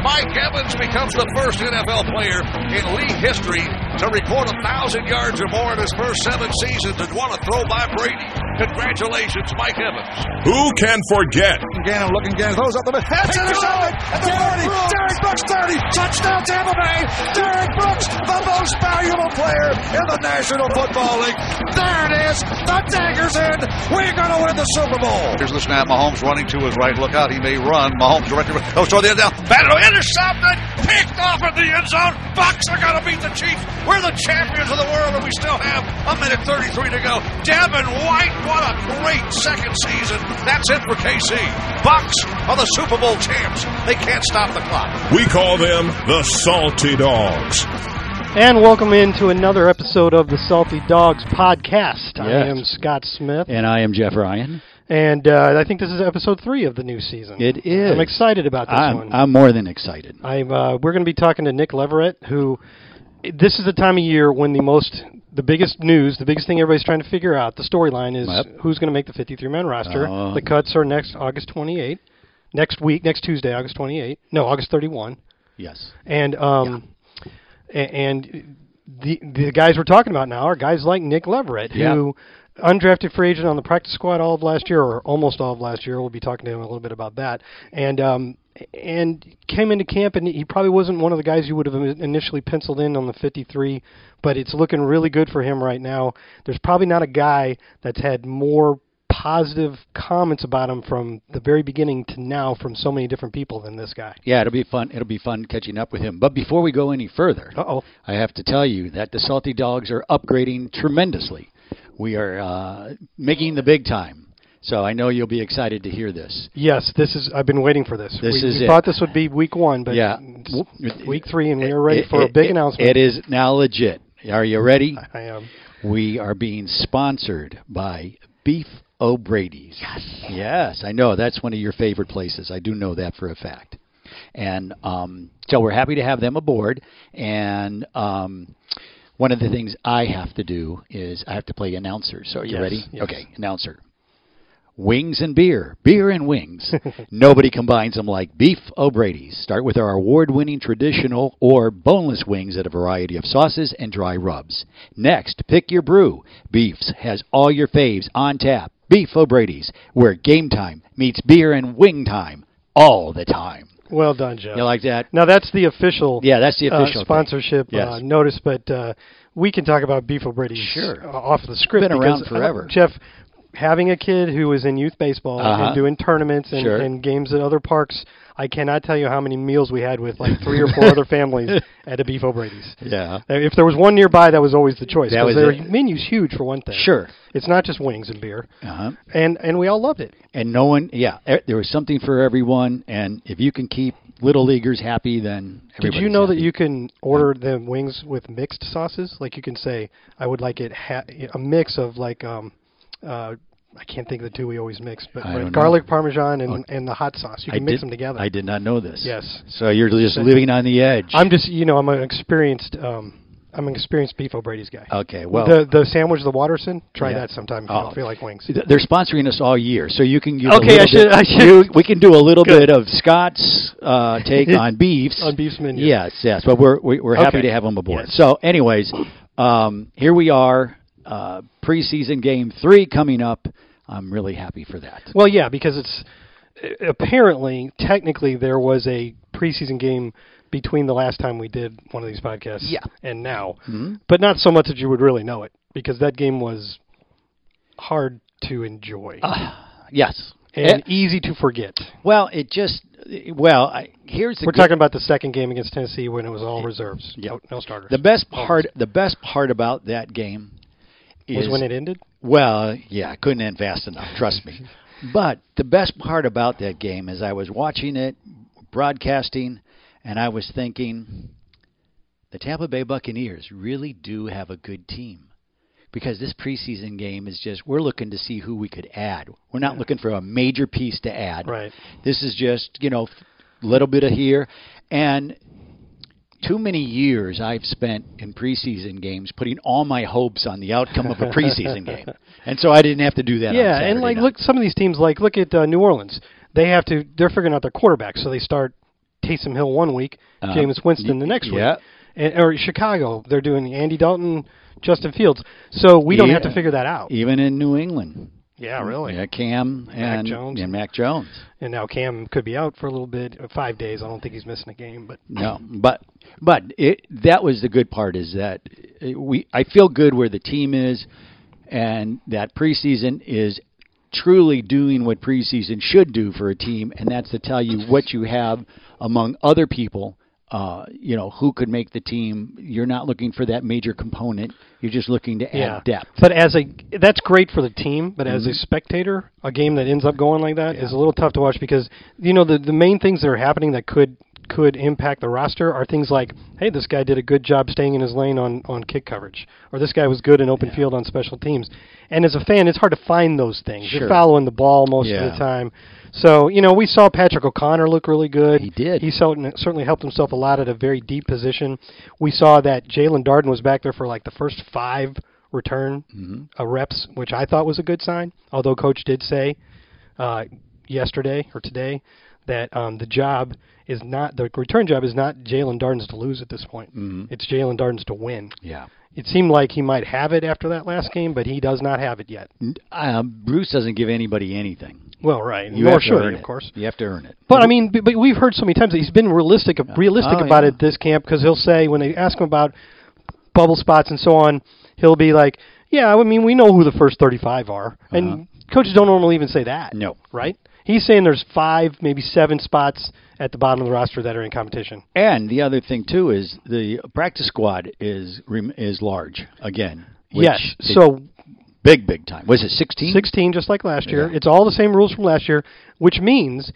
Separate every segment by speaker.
Speaker 1: Mike Evans becomes the first NFL player in league history to record a 1,000 yards or more in his first seven seasons and what a throw by Brady. Congratulations, Mike Evans.
Speaker 2: who can forget?
Speaker 1: Gannon looking, Gannon throws up the middle. That's intercepted at the 40. Derek Brooks 30. Touchdown Tampa Bay. Derek Brooks, the most valuable player in the National Football League. There it is. The dagger's in. We're going to win the Super Bowl. Here's the snap. Mahomes running to his right. Look out. He may run. Mahomes directly. Oh, toward the end down. Battle intercepted. Picked off in the end zone. Bucks are going to beat the Chiefs. We're the champions of the world, and we still have a minute 33 to go. Devin White, what a great second season. That's it for KC. Bucks are the Super Bowl champs. They can't stop the clock.
Speaker 2: We call them the Salty Dogs.
Speaker 3: And welcome into another episode of the Salty Dogs podcast. I
Speaker 4: Yes.
Speaker 3: am Scott Smith,
Speaker 4: And I am Jeff Ryan.
Speaker 3: and uh, I think this is episode three of the new season.
Speaker 4: It is.
Speaker 3: I'm excited about this
Speaker 4: I'm,
Speaker 3: one.
Speaker 4: I'm more than excited.
Speaker 3: I'm. Uh, we're going to be talking to Nick Leverett, who this is the time of year when the most, the biggest news, the biggest thing everybody's trying to figure out, the storyline is
Speaker 4: Yep.
Speaker 3: who's going to make the 53 man roster.
Speaker 4: Oh.
Speaker 3: The cuts are next August 28, next week, next Tuesday, August 28. No, August 31.
Speaker 4: Yes.
Speaker 3: and um, a- and the the guys we're talking about now are guys like Nick Leverett,
Speaker 4: Yeah.
Speaker 3: who undrafted free agent on the practice squad all of last year, or almost all of last year. We'll be talking to him a little bit about that, and um, and came into camp and he probably wasn't one of the guys you would have initially penciled in on the 53, but it's looking really good for him right now. There's probably not a guy that's had more positive comments about him from the very beginning to now from so many different people than this guy.
Speaker 4: Yeah, it'll be fun. It'll be fun catching up with him. But before we go any further,
Speaker 3: Uh-oh.
Speaker 4: I have to tell you that the Salty Dogs are upgrading tremendously. We are uh, making the big time. So I know you'll be excited to hear this.
Speaker 3: Yes, this is. I've been waiting for this.
Speaker 4: This
Speaker 3: we,
Speaker 4: is
Speaker 3: we
Speaker 4: it.
Speaker 3: thought this would be week one, but
Speaker 4: Yeah.
Speaker 3: it's week three, and we are ready
Speaker 4: It-
Speaker 3: for a
Speaker 4: it-
Speaker 3: big
Speaker 4: it-
Speaker 3: announcement.
Speaker 4: It is now legit. Are you ready?
Speaker 3: I am.
Speaker 4: We are being sponsored by Beef O'Brady's. Yes. Yes, I know. That's one of your favorite places. I do know that for a fact. And um, so we're happy to have them aboard. And um, one of the things I have to do is I have to play announcer. So are you
Speaker 3: Yes,
Speaker 4: ready?
Speaker 3: yes.
Speaker 4: Okay, announcer. Wings and beer, beer and wings. Nobody combines them like Beef O'Brady's. Start with our award winning traditional or boneless wings at a variety of sauces and dry rubs. Next, pick your brew. Beef's has all your faves on tap. Beef O'Brady's, where game time meets beer and wing time all the time.
Speaker 3: Well done, Jeff.
Speaker 4: You like that?
Speaker 3: now that's the official.
Speaker 4: Yeah, that's the
Speaker 3: uh,
Speaker 4: official thing.
Speaker 3: sponsorship uh,
Speaker 4: Yes.
Speaker 3: notice, but uh, we can talk about Beef O'Brady's
Speaker 4: Sure.
Speaker 3: uh, off the script.
Speaker 4: Been around
Speaker 3: because, uh,
Speaker 4: forever.
Speaker 3: Jeff, having a kid who was in youth baseball
Speaker 4: Uh-huh.
Speaker 3: and doing tournaments and,
Speaker 4: Sure.
Speaker 3: and games at other parks, I cannot tell you how many meals we had with like three or four other families at a Beef O'Brady's.
Speaker 4: Yeah.
Speaker 3: Uh, If there was one nearby, that was always the choice.
Speaker 4: That
Speaker 3: 'cause
Speaker 4: was
Speaker 3: their
Speaker 4: it.
Speaker 3: menu's huge for one thing.
Speaker 4: Sure.
Speaker 3: it's not just wings and beer,
Speaker 4: Uh-huh.
Speaker 3: and and we all loved it.
Speaker 4: and no one yeah e- there was something for everyone and if you can keep little leaguers happy then
Speaker 3: Did you
Speaker 4: everybody's
Speaker 3: know that
Speaker 4: happy.
Speaker 3: you can order the wings with mixed sauces? Like you can say, I would like it ha- a mix of like um, uh, I can't think of the two we always mix, but,
Speaker 4: I
Speaker 3: but
Speaker 4: don't know.
Speaker 3: garlic parmesan and and the hot sauce. You
Speaker 4: I
Speaker 3: can mix
Speaker 4: did-
Speaker 3: them together.
Speaker 4: I did not know this
Speaker 3: Yes.
Speaker 4: so you're just living on the edge
Speaker 3: I'm just you know I'm an experienced um, I'm an experienced beef O'Brady's guy.
Speaker 4: okay well
Speaker 3: the the sandwich, the Waterson. Try
Speaker 4: Yeah.
Speaker 3: that sometime if you
Speaker 4: Oh.
Speaker 3: don't feel like wings.
Speaker 4: th- they're sponsoring us all year so you can use a
Speaker 3: Okay,
Speaker 4: little
Speaker 3: I should-
Speaker 4: bit-
Speaker 3: I should-
Speaker 4: you- we can do a little
Speaker 3: Good.
Speaker 4: bit of Scott's uh, take on beefs
Speaker 3: On Beef's menu.
Speaker 4: yes yes but we're we, we're happy
Speaker 3: Okay.
Speaker 4: to have them aboard
Speaker 3: Yes.
Speaker 4: so anyways um, here we are uh, preseason game three coming up I'm really happy for that
Speaker 3: Well, yeah, because it's uh, apparently, technically, there was a preseason game between the last time we did one of these podcasts
Speaker 4: Yeah.
Speaker 3: and now,
Speaker 4: Mm-hmm.
Speaker 3: but not so much that you would really know it because that game was hard to enjoy
Speaker 4: yes
Speaker 3: and
Speaker 4: Uh, Eh,
Speaker 3: easy to forget.
Speaker 4: Well, it just well. I, here's the
Speaker 3: We're
Speaker 4: good-
Speaker 3: talking about the second game against Tennessee when it was all reserves,
Speaker 4: Yeah.
Speaker 3: no, no starters.
Speaker 4: the best part. The best part about that game
Speaker 3: was
Speaker 4: is
Speaker 3: when it ended.
Speaker 4: well, yeah, it couldn't end fast enough. Trust me. But the best part about that game is I was watching it, broadcasting, and I was thinking, the Tampa Bay Buccaneers really do have a good team because this preseason game is just we're looking to see who we could add. We're not looking for a major piece to add.
Speaker 3: Right.
Speaker 4: This is just you know a little bit of here and. Too many years I've spent in preseason games putting all my hopes on the outcome of a preseason game, and so I didn't have to do that. on
Speaker 3: Yeah,
Speaker 4: Saturday
Speaker 3: and like
Speaker 4: night.
Speaker 3: look, some of these teams like look at uh, New Orleans. They have to they're figuring out their quarterback, so they start Taysom Hill one week, Jameis Winston the next
Speaker 4: Uh-huh. yeah.
Speaker 3: week, and, or Chicago they're doing Andy Dalton, Justin Fields. So we don't have
Speaker 4: Yeah.
Speaker 3: to figure that out.
Speaker 4: even in New England.
Speaker 3: Yeah, Oh, really.
Speaker 4: Yeah, Cam and
Speaker 3: Jones.
Speaker 4: and Mac Jones.
Speaker 3: And now Cam could be out for a little bit, uh, five days. I don't think he's missing a game, but
Speaker 4: No, but but it, that was the good part is that it- we I feel good where the team is, and that preseason is truly doing what preseason should do for a team, and that's to tell you what you have among other people. Uh, you know who could make the team. You're not looking for that major component. You're just looking to
Speaker 3: yeah,
Speaker 4: add depth. Mm-hmm.
Speaker 3: But as a that's great for the team, but as a spectator, a game that ends up going like that is a little tough to watch because you know the the main things that are happening that could could impact the roster are things like, hey, this guy did a good job staying in his lane on on kick coverage, or this guy was good in open field on special teams. And as a fan, it's hard to find those things.
Speaker 4: Sure.
Speaker 3: You're following the ball most of
Speaker 4: Yeah.
Speaker 3: the time. So, you know, we saw Patrick O'Connor look really good.
Speaker 4: He did.
Speaker 3: He certain- certainly helped himself a lot at a very deep position. We saw that Jalen Darden was back there for like the first five return
Speaker 4: Mm-hmm.
Speaker 3: uh, reps, which I thought was a good sign. Although Coach did say uh, yesterday or today that um, the job is not the return job is not Jalen Darden's to lose at this point.
Speaker 4: Mm-hmm.
Speaker 3: It's Jalen Darden's to win.
Speaker 4: Yeah.
Speaker 3: It seemed like he might have it after that last game, but he does not have it yet.
Speaker 4: Um, Bruce doesn't give anybody anything.
Speaker 3: Well, right,
Speaker 4: You
Speaker 3: nor
Speaker 4: have to
Speaker 3: should
Speaker 4: earn
Speaker 3: he, of
Speaker 4: it.
Speaker 3: course.
Speaker 4: You have to earn it.
Speaker 3: But I mean, b- but we've heard so many times that he's been realistic, realistic
Speaker 4: Oh,
Speaker 3: about
Speaker 4: yeah.
Speaker 3: it this camp because he'll say when they ask him about bubble spots and so on, he'll be like, "Yeah, I mean, we know who the first 35 are," and coaches don't normally even say that.
Speaker 4: Uh-huh. No.
Speaker 3: right? He's saying there's five, maybe seven spots at the bottom of the roster that are in competition.
Speaker 4: And the other thing too is the practice squad is rem- is large again. which
Speaker 3: yes,
Speaker 4: is
Speaker 3: so
Speaker 4: big big time. Was it sixteen?
Speaker 3: 16 just like last year.
Speaker 4: Yeah.
Speaker 3: It's all the same rules from last year, which means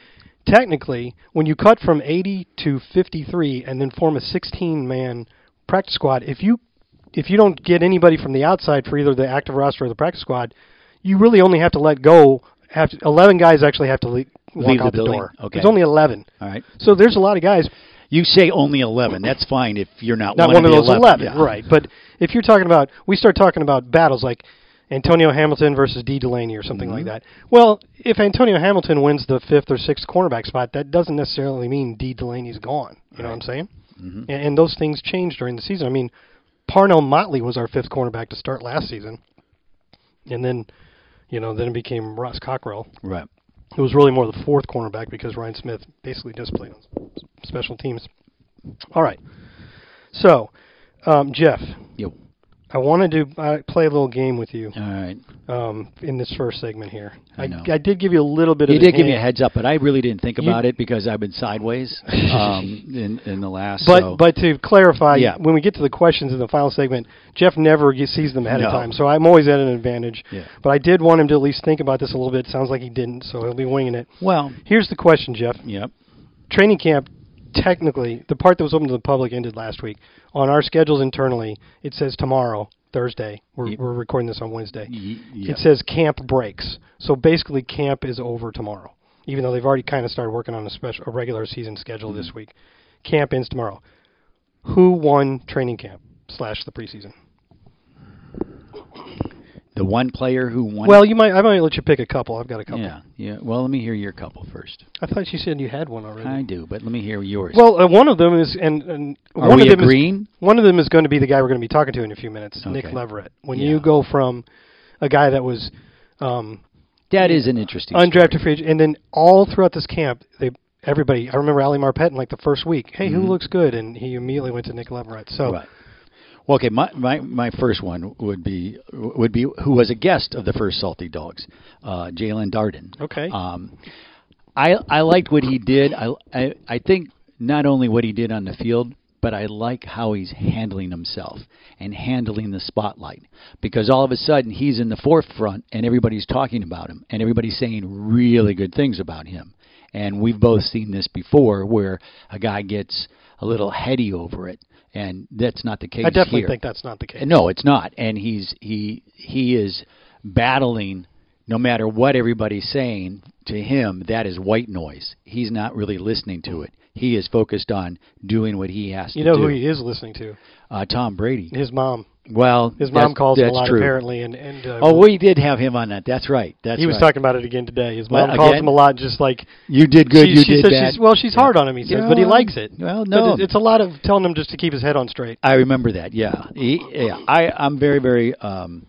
Speaker 3: technically when you cut from 80 to 53 and then form a 16 man practice squad, if you if you don't get anybody from the outside for either the active roster or the practice squad, you really only have to let go have to, 11 guys actually have to leave, walk
Speaker 4: Leave the
Speaker 3: out the,
Speaker 4: building?
Speaker 3: door.
Speaker 4: Okay.
Speaker 3: There's only 11.
Speaker 4: All right.
Speaker 3: So there's a lot of guys
Speaker 4: You say only eleven. That's fine if you're not,
Speaker 3: not one, of
Speaker 4: the
Speaker 3: those 11,
Speaker 4: yeah.
Speaker 3: right? But if you're talking about, we start talking about battles like Antonio Hamilton versus D Delaney or something like that. Well, if Antonio Hamilton wins the fifth or sixth cornerback spot, that doesn't necessarily mean D Delaney's gone. You know what I'm saying? And, and those things change during the season. I mean, Parnell Motley was our fifth cornerback to start last season, and then, you know, then it became Ross Cockrell
Speaker 4: Right.
Speaker 3: it was really more the fourth cornerback because Ryan Smith basically just played on s- special teams. All right. So, um, Jeff,
Speaker 4: Yep.
Speaker 3: I wanted to uh, play a little game with you
Speaker 4: All right.
Speaker 3: um, in this first segment here.
Speaker 4: I know.
Speaker 3: I, did give you a little bit
Speaker 4: You
Speaker 3: of
Speaker 4: did give me a
Speaker 3: hint,
Speaker 4: heads up, but I really didn't think about it because I've been sideways um, in in the last.
Speaker 3: But,
Speaker 4: so-
Speaker 3: but to clarify,
Speaker 4: Yeah.
Speaker 3: when we get to the questions in the final segment, Jeff never ge- sees them ahead of
Speaker 4: No.
Speaker 3: time, so I'm always at an advantage.
Speaker 4: Yeah.
Speaker 3: But I did want him to at least think about this a little bit. Sounds like he didn't, so he'll be winging it.
Speaker 4: well,
Speaker 3: Here's the question, Jeff.
Speaker 4: yep.
Speaker 3: training camp technically the part that was open to the public ended last week on our schedules internally it says tomorrow thursday we're, we're recording this on wednesday
Speaker 4: Y- yeah.
Speaker 3: it says camp breaks so basically camp is over tomorrow even though they've already kind of started working on a special a regular season schedule this
Speaker 4: Mm-hmm.
Speaker 3: week camp ends tomorrow who won training camp slash the preseason
Speaker 4: The one player who won.
Speaker 3: well you might i might let you pick a couple i've got a couple
Speaker 4: yeah, yeah. Well, let me hear your couple first.
Speaker 3: i thought you said you had one already
Speaker 4: I do, but let me hear yours.
Speaker 3: Well, uh, one of them is, and, and
Speaker 4: Are
Speaker 3: one
Speaker 4: we
Speaker 3: of them
Speaker 4: agreeing?
Speaker 3: is one of them is going to be the guy we're going to be talking to in a few minutes, Nick
Speaker 4: Okay.
Speaker 3: Leverett. When
Speaker 4: Yeah.
Speaker 3: you go from a guy that was um,
Speaker 4: that is an interesting. story.
Speaker 3: undrafted free agent, and then all throughout this camp, they everybody. I remember Ali Marpet in like the first week. Hey, who looks good? And he immediately went to Nick Leverett. So
Speaker 4: Mm-hmm. Right. Well, okay, my, my, my first one would be would be who was a guest of the first Salty Dogs, uh, Jalen Darden.
Speaker 3: okay,
Speaker 4: Um, I I liked what he did. I, I I think not only what he did on the field, but I like how he's handling himself and handling the spotlight because all of a sudden he's in the forefront and everybody's talking about him and everybody's saying really good things about him. And we've both seen this before where a guy gets a little heady over it and that's not the case
Speaker 3: I definitely
Speaker 4: here.
Speaker 3: think that's not the case.
Speaker 4: No, it's not. And he's he he is battling no matter what everybody's saying to him, that is white noise. He's not really listening to it. He is focused on doing what he has
Speaker 3: you
Speaker 4: to
Speaker 3: know
Speaker 4: do.
Speaker 3: who he is listening to?
Speaker 4: uh, Tom Brady.
Speaker 3: His mom.
Speaker 4: Well,
Speaker 3: His mom
Speaker 4: that's-
Speaker 3: calls him
Speaker 4: that's
Speaker 3: a lot
Speaker 4: true.
Speaker 3: apparently, and and uh,
Speaker 4: Oh, we did have him on that. That's right. That's
Speaker 3: he was
Speaker 4: right.
Speaker 3: talking about it again today. His
Speaker 4: Well,
Speaker 3: mom calls
Speaker 4: again?
Speaker 3: him a lot, just like
Speaker 4: You did good.
Speaker 3: she,
Speaker 4: you
Speaker 3: she
Speaker 4: did
Speaker 3: says
Speaker 4: bad.
Speaker 3: she's well, she's hard on him. He says, but he
Speaker 4: Yeah.
Speaker 3: likes it.
Speaker 4: Well,
Speaker 3: But
Speaker 4: no.
Speaker 3: it- it's a lot of telling him just to keep his head on straight.
Speaker 4: I remember that. Yeah. He, yeah. I I'm very very um,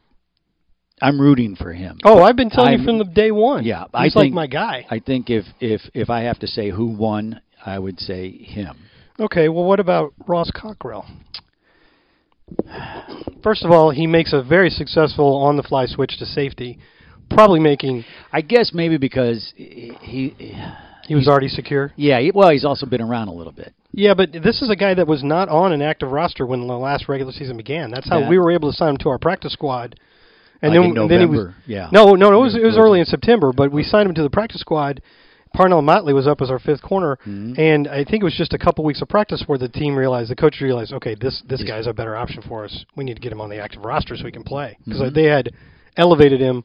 Speaker 4: I'm rooting for him.
Speaker 3: Oh, I've been telling
Speaker 4: I'm-
Speaker 3: you from the day one.
Speaker 4: Yeah,
Speaker 3: he's
Speaker 4: I
Speaker 3: like
Speaker 4: think-
Speaker 3: my guy.
Speaker 4: I think if if if I have to say who won, I would say him.
Speaker 3: Okay, well, what about Ross Cockrell? First of all, he makes a very successful on-the-fly switch to safety, probably making
Speaker 4: I guess maybe because he, he
Speaker 3: he was already secure.
Speaker 4: yeah, he, well, he's also been around a little bit.
Speaker 3: Yeah, but this is a guy that was not on an active roster when the last regular season began. That's how
Speaker 4: Yeah.
Speaker 3: we were able to sign him to our practice squad. And
Speaker 4: Like
Speaker 3: then,
Speaker 4: in
Speaker 3: then he was
Speaker 4: November, yeah.
Speaker 3: no, no, no. It was it was
Speaker 4: Georgia.
Speaker 3: early in September, but we signed him to the practice squad. Parnell Motley was up as our fifth corner,
Speaker 4: Mm-hmm.
Speaker 3: and I think it was just a couple weeks of practice where the team realized, the coach realized, okay, this this guy's a better option for us. We need to get him on the active roster so he can play because
Speaker 4: Mm-hmm.
Speaker 3: they had elevated him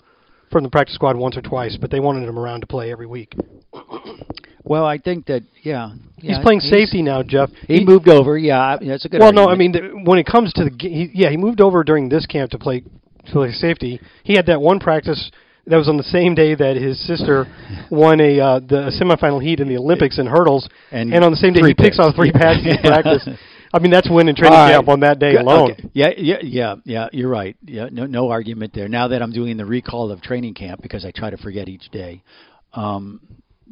Speaker 3: from the practice squad once or twice, but they wanted him around to play every week.
Speaker 4: Well, I think that yeah, yeah,
Speaker 3: he's playing safety now, Jeff.
Speaker 4: He, moved over. Yeah, I- that's a good.
Speaker 3: Well, no, I
Speaker 4: argument.
Speaker 3: mean the, when it comes to the ga- he, yeah, he moved over during this camp to play to play safety. He had that one practice that was on the same day that his sister won a uh, the semifinal heat in the Olympics in hurdles,
Speaker 4: And
Speaker 3: and, on the same day
Speaker 4: three
Speaker 3: he picks
Speaker 4: picks.
Speaker 3: off three passes in practice. I mean that's winning training
Speaker 4: All right.
Speaker 3: camp on that day
Speaker 4: Good,
Speaker 3: alone.
Speaker 4: okay. Yeah, yeah, yeah, yeah. You're right. Yeah, no, no argument there. Now that I'm doing the recall of training camp because I try to forget each day, um,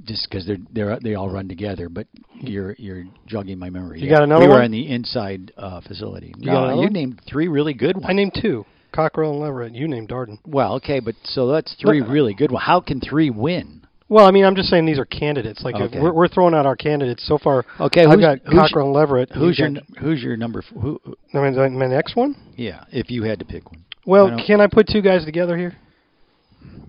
Speaker 4: just because they're they're they all run together. But you're you're jogging my memory.
Speaker 3: You
Speaker 4: Yeah.
Speaker 3: got another
Speaker 4: We were
Speaker 3: one?
Speaker 4: in the inside uh, facility. You,
Speaker 3: got another
Speaker 4: you
Speaker 3: one?
Speaker 4: named three really good ones.
Speaker 3: I named two, Cockrell and Leverett. You named Darden.
Speaker 4: well, okay, but so that's three
Speaker 3: Look-
Speaker 4: really good ones. How can three win?
Speaker 3: Well, I mean I'm just saying these are candidates. Like if
Speaker 4: Okay.
Speaker 3: we're, we're throwing out our candidates so far.
Speaker 4: Okay,
Speaker 3: I've
Speaker 4: who's-
Speaker 3: got
Speaker 4: who's-
Speaker 3: Cockrell and Leverett.
Speaker 4: Who's your
Speaker 3: You've
Speaker 4: n- who's your number? f- Who, who-
Speaker 3: got- I mean, my next one?
Speaker 4: yeah, if you had to pick one, I
Speaker 3: Well,
Speaker 4: don't-
Speaker 3: can I put two guys together here?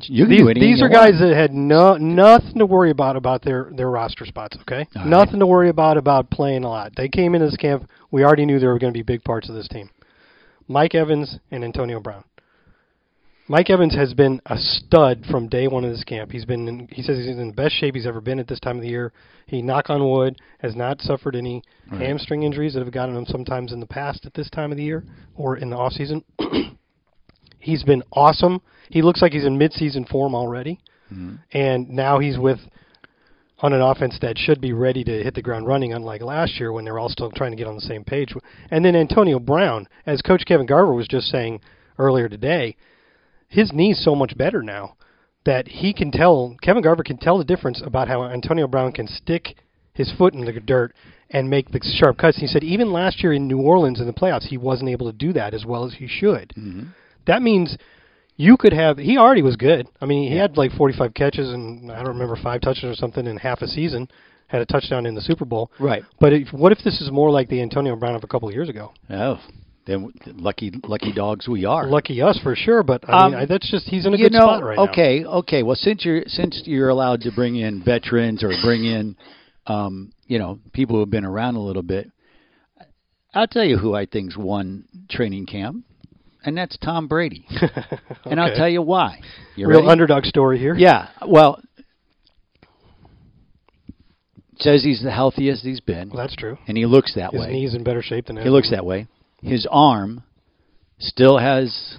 Speaker 4: you can
Speaker 3: These,
Speaker 4: do anything
Speaker 3: these
Speaker 4: you
Speaker 3: are
Speaker 4: want.
Speaker 3: guys that had no nothing to worry about about their their roster spots. Okay,
Speaker 4: All right.
Speaker 3: nothing to worry about about playing a lot. They came into this camp. We already knew there were going to be big parts of this team. Mike Evans and Antonio Brown. Mike Evans has been a stud from day one of this camp. He's been in, he says he's in the best shape he's ever been at this time of the year. He knock on wood has not suffered any hamstring injuries that have gotten him sometimes in the past at this time of the year or in the off season. he's been awesome. He looks like he's in mid-season form already, and now he's with on an offense that should be ready to hit the ground running, unlike last year when they're all still trying to get on the same page. And then Antonio Brown, as Coach Kevin Garver was just saying earlier today, his knee's so much better now that he can tell Kevin Garver can tell the difference about how Antonio Brown can stick his foot in the dirt and make the sharp cuts. He said even last year in New Orleans in the playoffs he wasn't able to do that as well as he should.
Speaker 4: Mm-hmm.
Speaker 3: That means you could have he already was good. I mean, he had like 45 catches and I don't remember five touchdowns or something in half a season. Had a touchdown in the Super Bowl.
Speaker 4: Right.
Speaker 3: But if, what if this is more like the Antonio Brown of a couple of years ago?
Speaker 4: Oh, then lucky lucky dogs we are.
Speaker 3: Lucky us for sure, but I mean,
Speaker 4: Um,
Speaker 3: I, that's just he's in a
Speaker 4: you
Speaker 3: good
Speaker 4: know,
Speaker 3: spot right now.
Speaker 4: okay, okay. Well, since you're since you're allowed to bring in veterans or bring in, um, you know, people who've been around a little bit, I'll tell you who I think's won training camp, and that's Tom Brady. And I'll
Speaker 3: Okay.
Speaker 4: tell you why. You
Speaker 3: Real
Speaker 4: ready?
Speaker 3: underdog story here.
Speaker 4: Yeah. Well, says he's the healthiest he's been,
Speaker 3: Well, that's true.
Speaker 4: and he looks that
Speaker 3: His
Speaker 4: way.
Speaker 3: knee's in better shape than
Speaker 4: He looks that way. His arm still has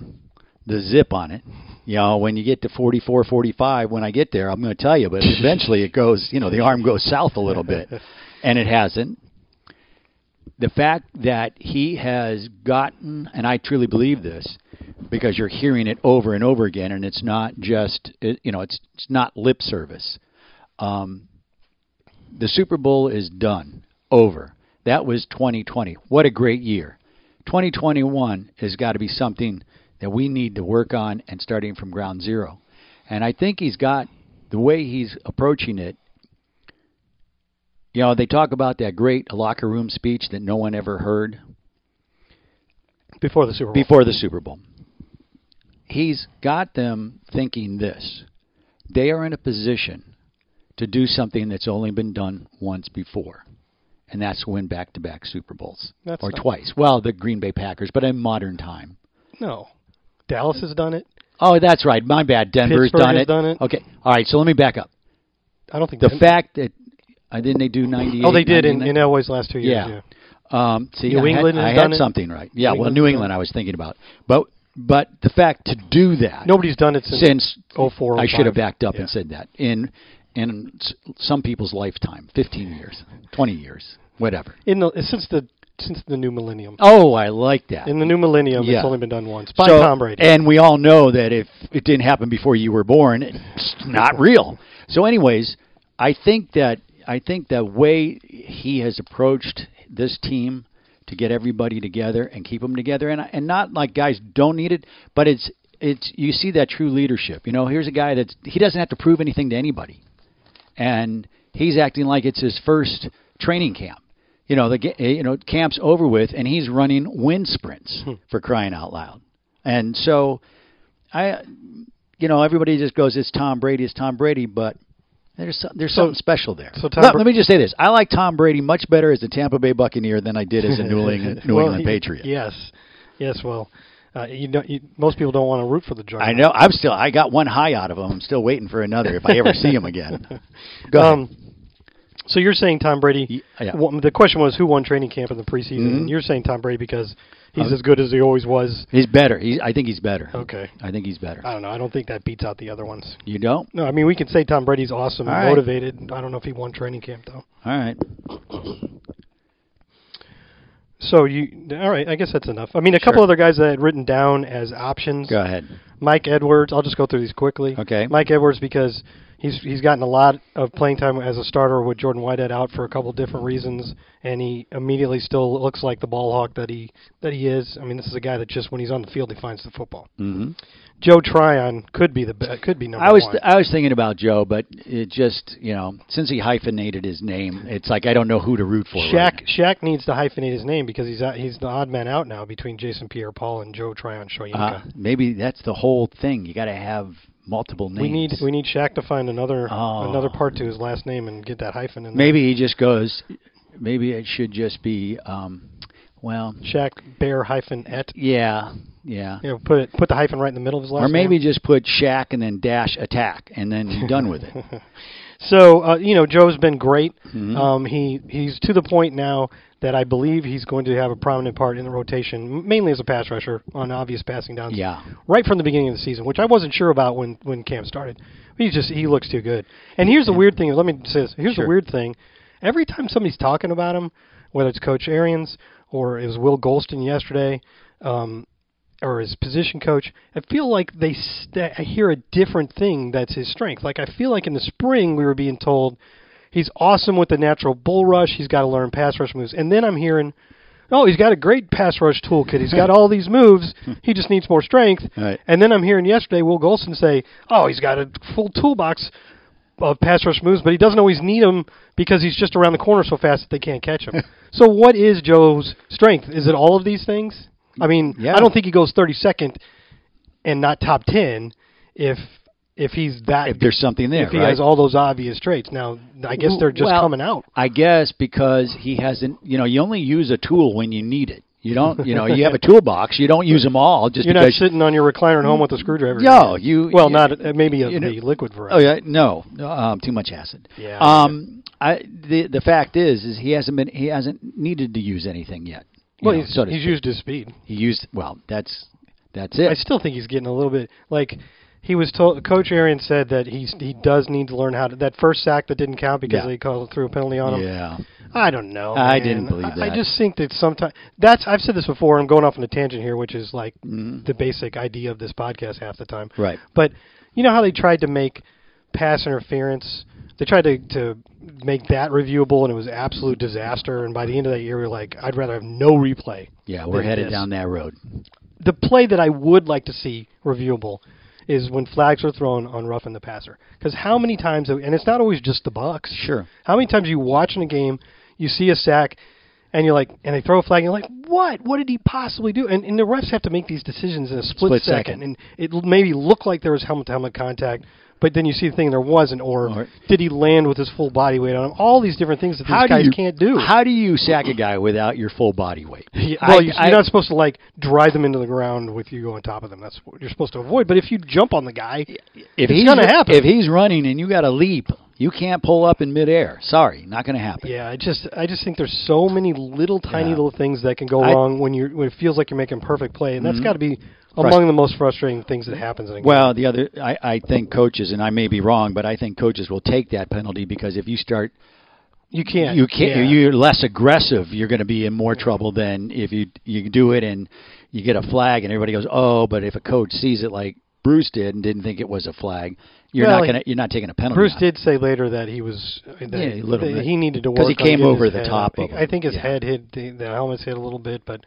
Speaker 4: the zip on it. You know, when you get to 44, 45, when I get there, I'm going to tell you, but eventually it goes, you know, the arm goes south a little bit, and it hasn't. The fact that he has gotten, and I truly believe this, because you're hearing it over and over again, and it's not just, it, you know, it's, it's not lip service the Super Bowl is done, over. That was 2020. What a great year. 2021 has got to be something that we need to work on and starting from ground zero. And I think he's got the way he's approaching it. You know, they talk about that great locker room speech that no one ever heard
Speaker 3: before the Super Bowl.
Speaker 4: before the Super Bowl. He's got them thinking this they are in a position to do something that's only been done once before, and that's win back to back Super Bowls
Speaker 3: That's
Speaker 4: or
Speaker 3: not-
Speaker 4: twice. Well, the Green Bay Packers, but in modern time.
Speaker 3: No. Dallas has done it.
Speaker 4: Oh, that's right. My bad. Denver's
Speaker 3: Pittsburgh
Speaker 4: done,
Speaker 3: has
Speaker 4: it.
Speaker 3: done it.
Speaker 4: Okay. All right. So let me back up.
Speaker 3: I don't think
Speaker 4: The
Speaker 3: Denver-
Speaker 4: fact that uh, didn't they do ninety eight?
Speaker 3: Oh, they did in, in Elway's last two years.
Speaker 4: Yeah.
Speaker 3: Yeah.
Speaker 4: Um, see,
Speaker 3: New
Speaker 4: I had-
Speaker 3: England has
Speaker 4: I had,
Speaker 3: done it.
Speaker 4: something right. Yeah,
Speaker 3: New
Speaker 4: well,
Speaker 3: England's
Speaker 4: New
Speaker 3: done
Speaker 4: England, I was thinking about, but but the fact to do that
Speaker 3: Nobody's done it since,
Speaker 4: since
Speaker 3: 04,
Speaker 4: I should
Speaker 3: 05.
Speaker 4: have backed up
Speaker 3: Yeah.
Speaker 4: and said that in in s- some people's lifetime, fifteen years, twenty years, whatever.
Speaker 3: in the since the since the new millennium.
Speaker 4: Oh, I like that.
Speaker 3: In the new millennium,
Speaker 4: Yeah.
Speaker 3: it's only been done once by
Speaker 4: So-
Speaker 3: Tom Brady.
Speaker 4: And we all know that if it didn't happen before you were born, it's not real. So, anyways, I think that I think the way he has approached this team to get everybody together and keep them together, and and not like guys don't need it, but it's it's you see that true leadership. You know, here's a guy that's he doesn't have to prove anything to anybody and he's acting like it's his first training camp. You know, the ga- eh, you know camp's over with, and he's running wind sprints
Speaker 3: Hmm.
Speaker 4: for crying out loud. And so, I, you know, everybody just goes, "It's Tom Brady, it's Tom Brady," but there's some, there's something special there.
Speaker 3: so Tom
Speaker 4: let,
Speaker 3: Bra-
Speaker 4: let me just say this: I like Tom Brady much better as a Tampa Bay Buccaneer than I did as a New England New
Speaker 3: Well, he-
Speaker 4: England Patriot.
Speaker 3: Yes, yes. Well, uh, you know, you, most people don't want to root for the Giants.
Speaker 4: I know. I'm still. I got one high out of him. I'm still waiting for another if I ever see him again. Go ahead.
Speaker 3: Um, so you're saying Tom Brady?
Speaker 4: Y- yeah. Mm-hmm.
Speaker 3: won- the question was who won training camp in the preseason. And you're saying Tom Brady because he's
Speaker 4: Uh,
Speaker 3: as good as he always was.
Speaker 4: He's better. He's, I think he's better.
Speaker 3: Okay.
Speaker 4: I think he's better.
Speaker 3: I don't know. I don't think that beats out the other ones.
Speaker 4: You don't?
Speaker 3: No, I mean we can say Tom Brady's awesome,
Speaker 4: All
Speaker 3: and
Speaker 4: right.
Speaker 3: motivated. I don't know if he won training camp though.
Speaker 4: All right.
Speaker 3: So you, all right? I guess that's enough. I mean, a couple
Speaker 4: Sure.
Speaker 3: other guys that I had written down as options.
Speaker 4: Go ahead.
Speaker 3: Mike Edwards. I'll just go through these quickly.
Speaker 4: Okay.
Speaker 3: Mike Edwards because he's he's gotten a lot of playing time as a starter with Jordan Whitehead out for a couple different reasons, and he immediately still looks like the ball hawk that he that he is. I mean, this is a guy that just when he's on the field, he finds the football.
Speaker 4: hmm
Speaker 3: Joe Tryon could be the be- could be number
Speaker 4: I was
Speaker 3: one.
Speaker 4: I was thinking about Joe, but it just you know since he hyphenated his name, it's like I don't know who to root for. right
Speaker 3: Shaq
Speaker 4: now.
Speaker 3: Shaq needs to hyphenate his name because he's out, he's the odd man out now between Jason Pierre-Paul and Joe Tryon
Speaker 4: Uh,
Speaker 3: Shoyinka.
Speaker 4: maybe that's the whole thing. You got to have multiple names.
Speaker 3: we need we need Shaq to find another
Speaker 4: Oh.
Speaker 3: another part to his last name and get that hyphen in there.
Speaker 4: maybe he just goes. Maybe it should just be. Um, well,
Speaker 3: Shaq Bear hyphen et.
Speaker 4: yeah, yeah.
Speaker 3: You know, put it, put the hyphen right in the middle of his last
Speaker 4: Or maybe
Speaker 3: name.
Speaker 4: just put Shaq and then dash attack and then you're done with it.
Speaker 3: So uh, you know, Joe's been great.
Speaker 4: Mm-hmm.
Speaker 3: Um, he he's to the point now that I believe he's going to have a prominent part in the rotation, m- mainly as a pass rusher on obvious passing downs.
Speaker 4: Yeah.
Speaker 3: Right from the beginning of the season, which I wasn't sure about when when camp started. He's just he looks too good. And here's the weird thing. Let me say this. Here's
Speaker 4: Sure.
Speaker 3: the weird thing. Every time somebody's talking about him, whether it's Coach Arians or it was Will Golston yesterday, um, or his position coach, I feel like they st- I hear a different thing that's his strength. Like I feel like in the spring we were being told he's awesome with the natural bull rush. He's got to learn pass rush moves, and then I'm hearing. Oh, he's got a great pass rush toolkit. He's got all these moves. He just needs more strength.
Speaker 4: Right.
Speaker 3: And then I'm hearing yesterday Will Golson say, "Oh, he's got a full toolbox of uh, pass rush moves, but he doesn't always need them because he's just around the corner so fast that they can't catch him." so, what is Joe's strength? Is it all of these things? I mean,
Speaker 4: Yeah.
Speaker 3: I don't think he goes 32nd and not top 10 if if he's that
Speaker 4: If there's something there,
Speaker 3: if he
Speaker 4: right?
Speaker 3: has all those obvious traits. Now, I guess they're just
Speaker 4: Well,
Speaker 3: coming out.
Speaker 4: I guess because he hasn't, you know, you only use a tool when you need it. You don't, you know, you have a toolbox. You don't use them all just
Speaker 3: You're not
Speaker 4: because.
Speaker 3: sitting on your recliner at home with a screwdriver.
Speaker 4: No, you-
Speaker 3: Well,
Speaker 4: you-
Speaker 3: not uh, maybe a,
Speaker 4: you know-
Speaker 3: the liquid
Speaker 4: oh
Speaker 3: variety.
Speaker 4: yeah, no, no, um, too much acid.
Speaker 3: Yeah.
Speaker 4: Um, I the the fact is, is he hasn't been he hasn't needed to use anything yet. you
Speaker 3: well,
Speaker 4: know,
Speaker 3: he's,
Speaker 4: so to
Speaker 3: he's
Speaker 4: speak.
Speaker 3: used his speed.
Speaker 4: he used well. That's that's
Speaker 3: I
Speaker 4: it.
Speaker 3: still think he's getting a little bit like he was told. Coach Arian said that he's he does need to learn how to that first sack that didn't count because
Speaker 4: Yeah.
Speaker 3: they called threw a penalty on him.
Speaker 4: yeah.
Speaker 3: I don't know.
Speaker 4: I
Speaker 3: man.
Speaker 4: didn't believe
Speaker 3: I,
Speaker 4: that.
Speaker 3: I just think that sometimes that's I've said this before. I'm going off on a tangent here, which is like the basic idea of this podcast half the time.
Speaker 4: Mm-hmm. Right.
Speaker 3: But you know how they tried to make pass interference. They tried to to make that reviewable, and it was absolute disaster. And by the end of that year, we were like, I'd rather have no replay.
Speaker 4: Yeah, we're
Speaker 3: than
Speaker 4: headed
Speaker 3: this.
Speaker 4: down that road.
Speaker 3: The play that I would like to see reviewable is when flags are thrown on roughing the passer. Because how many times, and it's not always just the Bucks.
Speaker 4: Sure.
Speaker 3: How many times you watch in a game, you see a sack, and you're like, and they throw a flag, and you're like, what? What did he possibly do? And, and the refs have to make these decisions in a split,
Speaker 4: Split second.
Speaker 3: and it l- maybe looked like there was helmet to helmet contact. But then you see the thing and there wasn't, or
Speaker 4: Or-
Speaker 3: did he land with his full body weight on him? All these different things that these
Speaker 4: How do
Speaker 3: guys
Speaker 4: you
Speaker 3: can't do.
Speaker 4: How do you sack a guy without your full body weight?
Speaker 3: Yeah,
Speaker 4: I-
Speaker 3: well, you- you're
Speaker 4: I-
Speaker 3: not supposed to like drive them into the ground with you on top of them. That's what you're supposed to avoid. But if you jump on the guy,
Speaker 4: if
Speaker 3: it's
Speaker 4: he's
Speaker 3: gonna happen.
Speaker 4: If he's running and you got to leap, you can't pull up in midair. Sorry, not going to happen.
Speaker 3: yeah, I just I just think there's so many little tiny
Speaker 4: Yeah.
Speaker 3: little things that can go
Speaker 4: I-
Speaker 3: wrong when you when it feels like you're making perfect play, and that's got to be
Speaker 4: Frust-
Speaker 3: among the most frustrating things that happens. In a game.
Speaker 4: Well, the other, I, I think coaches, and I may be wrong, but I think coaches will take that penalty because if you start,
Speaker 3: you can't.
Speaker 4: you can't,
Speaker 3: yeah.
Speaker 4: you're less aggressive. You're going to be in more trouble than if you you do it and you get a flag and everybody goes, oh, but if a coach sees it like Bruce did and didn't think it was a flag, you're
Speaker 3: Well,
Speaker 4: not
Speaker 3: he-
Speaker 4: going to, you're not taking a penalty.
Speaker 3: Bruce
Speaker 4: on it.
Speaker 3: did say later that he was that
Speaker 4: Yeah, a little
Speaker 3: that
Speaker 4: bit.
Speaker 3: he needed to work
Speaker 4: 'Cause he
Speaker 3: on
Speaker 4: came
Speaker 3: getting
Speaker 4: over
Speaker 3: his
Speaker 4: the
Speaker 3: head
Speaker 4: top
Speaker 3: up.
Speaker 4: of
Speaker 3: I think his
Speaker 4: him, yeah.
Speaker 3: head hit the, the helmet's hit a little bit, but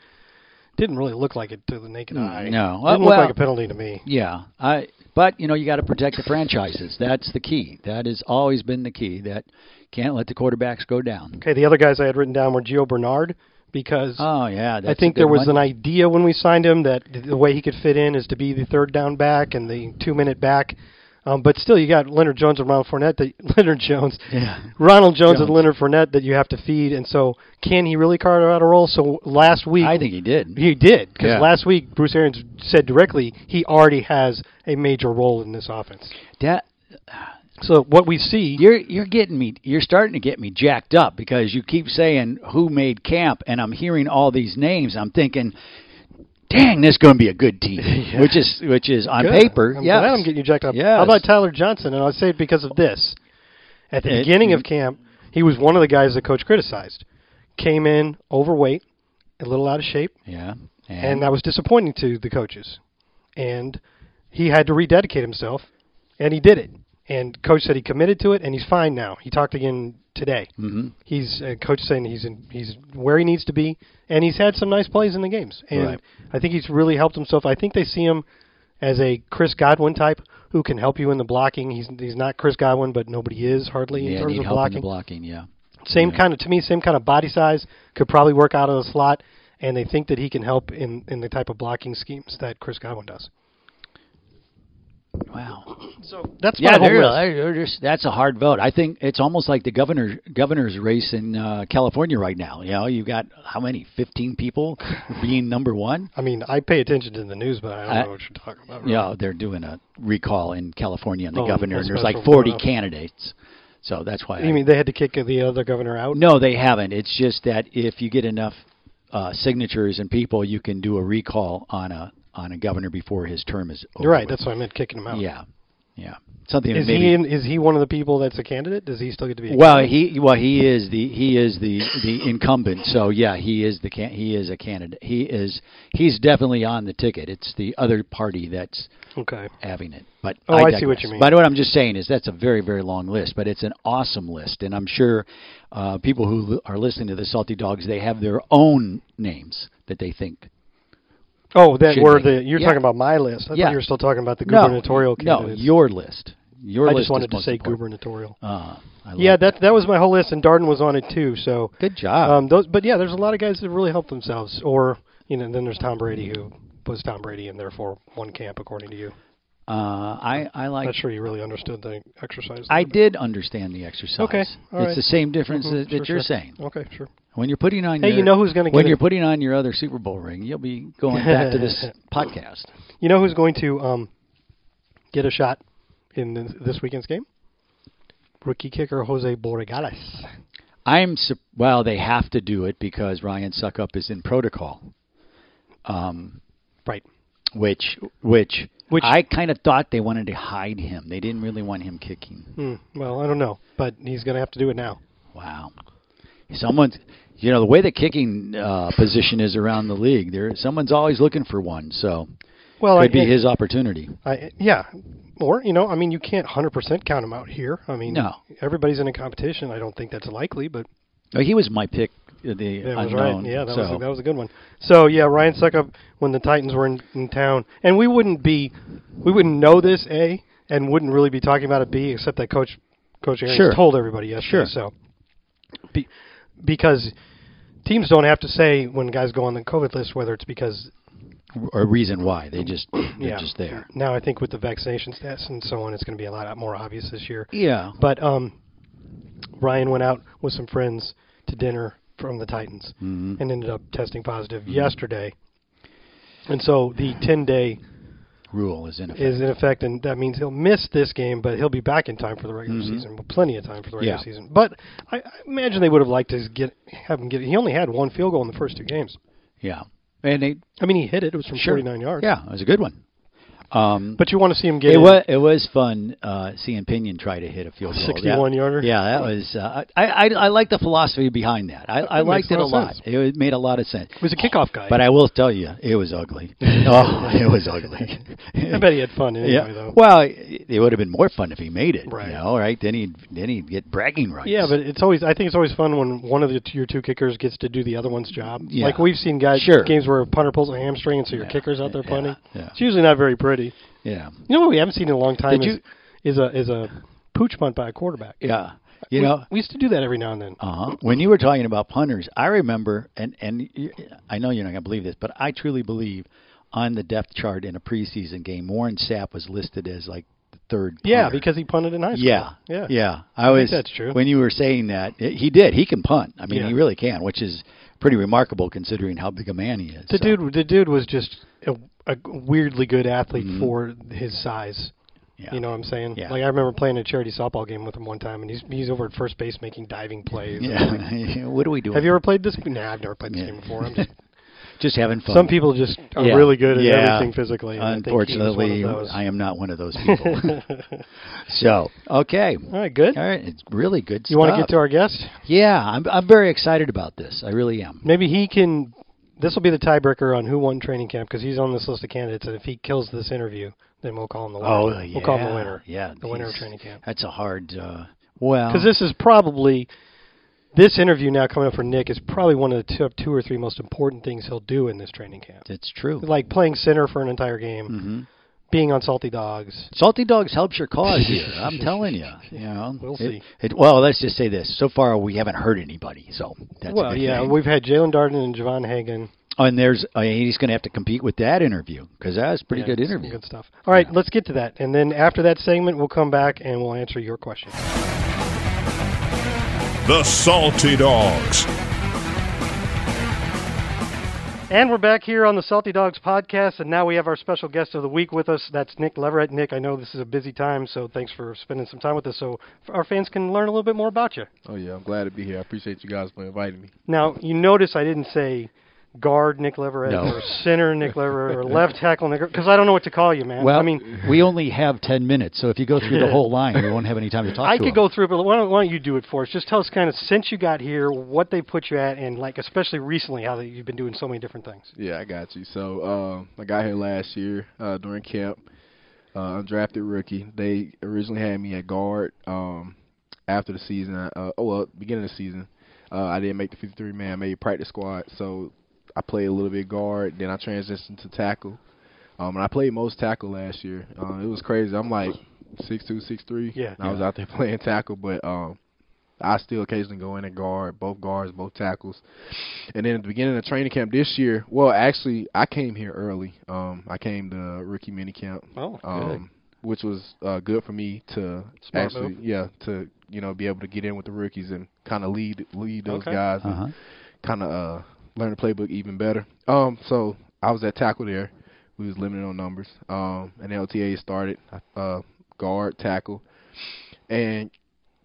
Speaker 3: didn't really look like it to the naked eye.
Speaker 4: no.
Speaker 3: didn't
Speaker 4: Uh,
Speaker 3: look
Speaker 4: well-
Speaker 3: like a penalty to me.
Speaker 4: Yeah, I. But you know, you got to protect the franchises. That's the key. That has always been the key. That can't let the quarterbacks go down.
Speaker 3: Okay, the other guys I had written down were Gio Bernard because
Speaker 4: Oh yeah, that's
Speaker 3: I think
Speaker 4: a good
Speaker 3: there was
Speaker 4: one.
Speaker 3: an idea when we signed him that th- the way he could fit in is to be the third down back and the two minute back. Um, but still, you got Leonard Jones and Ronald Fournette. That, Leonard Jones,
Speaker 4: Yeah.
Speaker 3: Ronald Jones, and
Speaker 4: Jones.
Speaker 3: Leonard Fournette that you have to feed. And so, can he really carve out a role? So last week,
Speaker 4: I think he did.
Speaker 3: he did because
Speaker 4: Yeah.
Speaker 3: last week Bruce Arians said directly he already has a major role in this offense.
Speaker 4: That
Speaker 3: So what we see,
Speaker 4: you're you're getting me. You're starting to get me jacked up because you keep saying who made camp, and I'm hearing all these names. I'm thinking, dang, this is going to be a good team, which is which is on
Speaker 3: Good.
Speaker 4: paper.
Speaker 3: I'm
Speaker 4: yes.
Speaker 3: glad I'm getting you jacked up.
Speaker 4: Yes.
Speaker 3: How about Tyler Johnson? And I'll say it because of this. At the
Speaker 4: It-
Speaker 3: beginning of camp, he was one of the guys the coach criticized. Came in overweight, a little out of shape,
Speaker 4: Yeah.
Speaker 3: and uh, that was disappointing to the coaches. And he had to rededicate himself, and he did it. And coach said he committed to it, and he's fine now. He talked again today.
Speaker 4: Hmm.
Speaker 3: Mm-hmm. He's uh, coach saying he's in, he's where he needs to be, and he's had some nice plays in the games. And
Speaker 4: Right.
Speaker 3: I think he's really helped himself. I think they see him as a Chris Godwin type who can help you in the blocking. He's he's not Chris Godwin, but nobody is hardly in
Speaker 4: yeah,
Speaker 3: terms
Speaker 4: need
Speaker 3: of
Speaker 4: help in
Speaker 3: blocking
Speaker 4: the blocking. Yeah.
Speaker 3: same kind of to me, same kind of body size could probably work out of the slot, and they think that he can help in in the type of blocking schemes that Chris Godwin does.
Speaker 4: Wow.
Speaker 3: So that's
Speaker 4: Yeah,
Speaker 3: my whole
Speaker 4: they're,
Speaker 3: list.
Speaker 4: they're just, that's a hard vote. I think it's almost like the governor governor's race in uh, California right now. You know, you've got how many? Fifteen people being number one.
Speaker 3: I mean, I pay attention to the news, but I don't
Speaker 4: I-
Speaker 3: know what you're talking about. really.
Speaker 4: Yeah, they're doing a recall in California and the
Speaker 3: Oh,
Speaker 4: governor,
Speaker 3: that's
Speaker 4: and there's
Speaker 3: special
Speaker 4: like forty
Speaker 3: going on.
Speaker 4: candidates. So that's why. I,
Speaker 3: You mean they had to kick the other governor out?
Speaker 4: no, they haven't. It's just that if you get enough uh, signatures and people, you can do a recall on a on a governor before his term is over.
Speaker 3: You're right.
Speaker 4: with.
Speaker 3: That's what I meant, kicking him out.
Speaker 4: yeah, yeah. Something
Speaker 3: Is
Speaker 4: maybe
Speaker 3: he in, is he one of the people that's a candidate? Does he still get to be? A
Speaker 4: Well,
Speaker 3: candidate?
Speaker 4: he well he is the he is the the incumbent. So yeah, he is the can, he is a candidate. He is he's definitely on the ticket. It's the other party that's
Speaker 3: okay.
Speaker 4: having it. But
Speaker 3: Oh, I see what
Speaker 4: digress.
Speaker 3: you mean.
Speaker 4: But what I'm just saying is that's a very very long list, but it's an awesome list, and I'm sure uh, people who are listening to the Salty Dogs they have their own names that they think
Speaker 3: Oh, that
Speaker 4: Should
Speaker 3: were
Speaker 4: be.
Speaker 3: the you're
Speaker 4: Yeah.
Speaker 3: talking about my list. I
Speaker 4: Yeah.
Speaker 3: thought you were still talking about the
Speaker 4: No,
Speaker 3: gubernatorial
Speaker 4: no,
Speaker 3: candidates.
Speaker 4: your list. Your
Speaker 3: I
Speaker 4: list
Speaker 3: just wanted
Speaker 4: is
Speaker 3: to
Speaker 4: most
Speaker 3: say
Speaker 4: important.
Speaker 3: gubernatorial.
Speaker 4: Uh, I love
Speaker 3: Yeah,
Speaker 4: it.
Speaker 3: that that was my whole list, and Darden was on it too. So
Speaker 4: Good job.
Speaker 3: Um, those, but yeah, there's a lot of guys that really help themselves, or you know, then there's Tom Brady who was Tom Brady and therefore one camp according to you.
Speaker 4: uh, I I like
Speaker 3: Not sure you really understood the exercise.
Speaker 4: I
Speaker 3: there,
Speaker 4: did understand the exercise.
Speaker 3: Okay, all
Speaker 4: it's
Speaker 3: right.
Speaker 4: the same difference
Speaker 3: but-
Speaker 4: that, that
Speaker 3: Sure,
Speaker 4: you're
Speaker 3: sure.
Speaker 4: saying.
Speaker 3: Okay, sure.
Speaker 4: When you're putting on
Speaker 3: Hey,
Speaker 4: your,
Speaker 3: you know who's gonna
Speaker 4: when
Speaker 3: get
Speaker 4: you're
Speaker 3: it.
Speaker 4: putting on your other Super Bowl ring, you'll be going back to this podcast.
Speaker 3: You know who's going to um, get a shot in th- this weekend's game? Rookie kicker Jose Borregales.
Speaker 4: I'm sup- well, they have to do it because Ryan Suckup is in protocol,
Speaker 3: Right.
Speaker 4: which which
Speaker 3: Which-
Speaker 4: I kind of thought they wanted to hide him. They didn't really want him kicking.
Speaker 3: Hmm. Well, I don't know, but he's going to have to do it now.
Speaker 4: Wow. Someone's, you know, the way the kicking uh, position is around the league, there someone's always looking for one. So
Speaker 3: Well,
Speaker 4: could
Speaker 3: I,
Speaker 4: be his opportunity.
Speaker 3: I, yeah, or you know, I mean, you can't hundred percent count him out here. I mean,
Speaker 4: No.
Speaker 3: everybody's in a competition. I don't think that's likely, but
Speaker 4: Oh, he was my pick. uh, The
Speaker 3: that was
Speaker 4: unknown.
Speaker 3: right. Yeah, that
Speaker 4: so.
Speaker 3: was a, that was a good one. So yeah, Ryan Suckup when the Titans were in, in town, and we wouldn't be, we wouldn't know this a, and wouldn't really be talking about it b, except that coach, coach Arians
Speaker 4: Sure.
Speaker 3: told everybody yesterday.
Speaker 4: Sure.
Speaker 3: So, be, because teams don't have to say when guys go on the COVID list whether it's because
Speaker 4: or reason why they just they're
Speaker 3: yeah,
Speaker 4: just there.
Speaker 3: Now I think with the vaccination stats and so on, it's going to be a lot more obvious this year.
Speaker 4: Yeah,
Speaker 3: But um, Ryan went out with some friends to dinner from the Titans
Speaker 4: Mm-hmm.
Speaker 3: and ended up testing positive yesterday. And so the 10 day
Speaker 4: rule is in effect.
Speaker 3: is in effect, and that means he'll miss this game, but he'll be back in time for the regular season. Well, plenty of time for the regular
Speaker 4: Mm-hmm. Yeah.
Speaker 3: season. But I, I imagine they would have liked to get have him get. He only had one field goal in the first two games.
Speaker 4: yeah, and it
Speaker 3: I mean, he hit it. It was from
Speaker 4: sure.
Speaker 3: 49 yards.
Speaker 4: Yeah, it was a good one. Um,
Speaker 3: But you want to see him get
Speaker 4: it
Speaker 3: in.
Speaker 4: was it was fun uh, seeing Pinion try to hit a field goal.
Speaker 3: 61
Speaker 4: That-
Speaker 3: yarder.
Speaker 4: Yeah, that was. Uh, I, I I like the philosophy behind that. I, I
Speaker 3: That makes
Speaker 4: liked it
Speaker 3: a
Speaker 4: a
Speaker 3: lot
Speaker 4: lot.
Speaker 3: of
Speaker 4: It was- made a lot of sense.
Speaker 3: He was a kickoff guy.
Speaker 4: But I will tell you, it was ugly. oh, it was ugly.
Speaker 3: I bet he had fun anyway,
Speaker 4: yeah.
Speaker 3: though.
Speaker 4: Well, it it would have been more fun if he made it.
Speaker 3: Right.
Speaker 4: You know, right? Then he'd then he'd get bragging rights.
Speaker 3: Yeah, but it's always. I think it's always fun when one of the two, your two kickers gets to do the other one's job.
Speaker 4: Yeah.
Speaker 3: Like we've seen guys
Speaker 4: Sure.
Speaker 3: games where a punter pulls a hamstring, and so your kicker's out there
Speaker 4: yeah,
Speaker 3: punting.
Speaker 4: yeah.
Speaker 3: It's usually not very pretty.
Speaker 4: yeah,
Speaker 3: You know what we haven't seen in a long time
Speaker 4: Did
Speaker 3: is, is a is a pooch punt by a quarterback.
Speaker 4: yeah. You
Speaker 3: we,
Speaker 4: know,
Speaker 3: we used to do that every now and then.
Speaker 4: Uh-huh. When you were talking about punters, I remember, and and y- I know you're not going to believe this, but I truly believe on the depth chart in a preseason game, Warren Sapp was listed as like the third.
Speaker 3: yeah,
Speaker 4: punter.
Speaker 3: because he punted in high school.
Speaker 4: yeah,
Speaker 3: yeah,
Speaker 4: yeah. I was
Speaker 3: that's true.
Speaker 4: when you were saying that it, he did. He can punt. I mean,
Speaker 3: Yeah.
Speaker 4: he really can, which is pretty remarkable considering how big a man he is.
Speaker 3: The
Speaker 4: So,
Speaker 3: dude, the dude was just a, a weirdly good athlete for his size.
Speaker 4: Mm-hmm. yeah.
Speaker 3: You know what I'm saying?
Speaker 4: Yeah.
Speaker 3: Like I remember playing a charity softball game with him one time, and he's he's over at first base making diving plays.
Speaker 4: Yeah. what are we doing?
Speaker 3: Have you ever played this? Nah, I've never played this
Speaker 4: Yeah.
Speaker 3: game before. I'm just,
Speaker 4: just having fun?
Speaker 3: some people just are
Speaker 4: Yeah.
Speaker 3: really good at
Speaker 4: Yeah.
Speaker 3: everything physically. and I think he was one of
Speaker 4: Unfortunately,
Speaker 3: those.
Speaker 4: I am not one of those people. so, okay.
Speaker 3: all right, good.
Speaker 4: All right, it's really good
Speaker 3: You
Speaker 4: stuff.
Speaker 3: want to get to our guest?
Speaker 4: Yeah, I'm I'm very excited about this. I really am.
Speaker 3: Maybe he can. This will be the tiebreaker on who won training camp because he's on this list of candidates, and if he kills this interview, then we'll call him the winner. Oh, we'll call him the winner.
Speaker 4: Oh, Yeah,
Speaker 3: the winner of
Speaker 4: geez.
Speaker 3: training camp.
Speaker 4: That's a hard. Uh, well,
Speaker 3: Because this is probably this interview now coming up for Nick is probably one of the top two or three most important things he'll do in this training camp,
Speaker 4: it's true.
Speaker 3: like playing center for an entire game,
Speaker 4: Mm-hmm.
Speaker 3: being on Salty Dogs.
Speaker 4: Salty Dogs helps your cause here. I'm telling you. You know,
Speaker 3: We'll
Speaker 4: It-
Speaker 3: see.
Speaker 4: It, well, let's just say this. So far, we haven't hurt anybody. So that's a
Speaker 3: well,
Speaker 4: good
Speaker 3: yeah,
Speaker 4: thing.
Speaker 3: we've had Jalen Darden and Javon Hagan.
Speaker 4: and there's uh, he's going to have to compete with that interview because that was a pretty
Speaker 3: Yeah,
Speaker 4: good
Speaker 3: some
Speaker 4: interview.
Speaker 3: Good stuff. All right, let's get to that, and then after that segment, we'll come back and we'll answer your question.
Speaker 2: The Salty Dogs.
Speaker 3: And we're back here on the Salty Dogs podcast, and now we have our special guest of the week with us. That's Nick Leverett. Nick, I know this is a busy time, so thanks for spending some time with us, so our fans can learn a little bit more about you.
Speaker 5: Oh yeah, I'm glad to be here. I appreciate you guys for inviting me.
Speaker 3: Now, you notice I didn't say guard Nick Leverett
Speaker 4: No.
Speaker 3: or center Nick Leverett or left tackle Nick, because I don't know what to call you, man.
Speaker 4: Well,
Speaker 3: I mean,
Speaker 4: we only have ten minutes, so if you go through the whole line, we won't have any time to talk.
Speaker 3: I
Speaker 4: to
Speaker 3: could
Speaker 4: him.
Speaker 3: go through, but why don't, why don't you do it for us? Just tell us kind of since you got here, what they put you at, and like especially recently how that you've been doing so many different things.
Speaker 5: Yeah, I got you. So um, I got here last year uh, during camp, uh, undrafted rookie. They originally had me at guard. Um, after the season, I- uh, oh well, beginning of the season, uh, I didn't make the 53 man. I made practice squad, so I played a little bit guard. Then I transitioned to tackle, um, and I played most tackle last year. Um, it was crazy. I'm like six two, six three.
Speaker 3: Yeah.
Speaker 5: And I was out there playing tackle, but um, I still occasionally go in and guard both guards, both tackles. And then at the beginning of training camp this year, well, actually, I came here early. Um, I came to rookie mini camp,
Speaker 3: Oh,
Speaker 5: um, which was uh, good for me to
Speaker 3: Smart
Speaker 5: actually, yeah, to you know be able to get in with the rookies and kind of lead lead those
Speaker 3: Okay.
Speaker 5: guys and
Speaker 4: Uh-huh.
Speaker 5: kind of uh, learn the playbook even better. Um, so I was at tackle there. We was limited on numbers. Um, and LTA started uh, guard tackle, and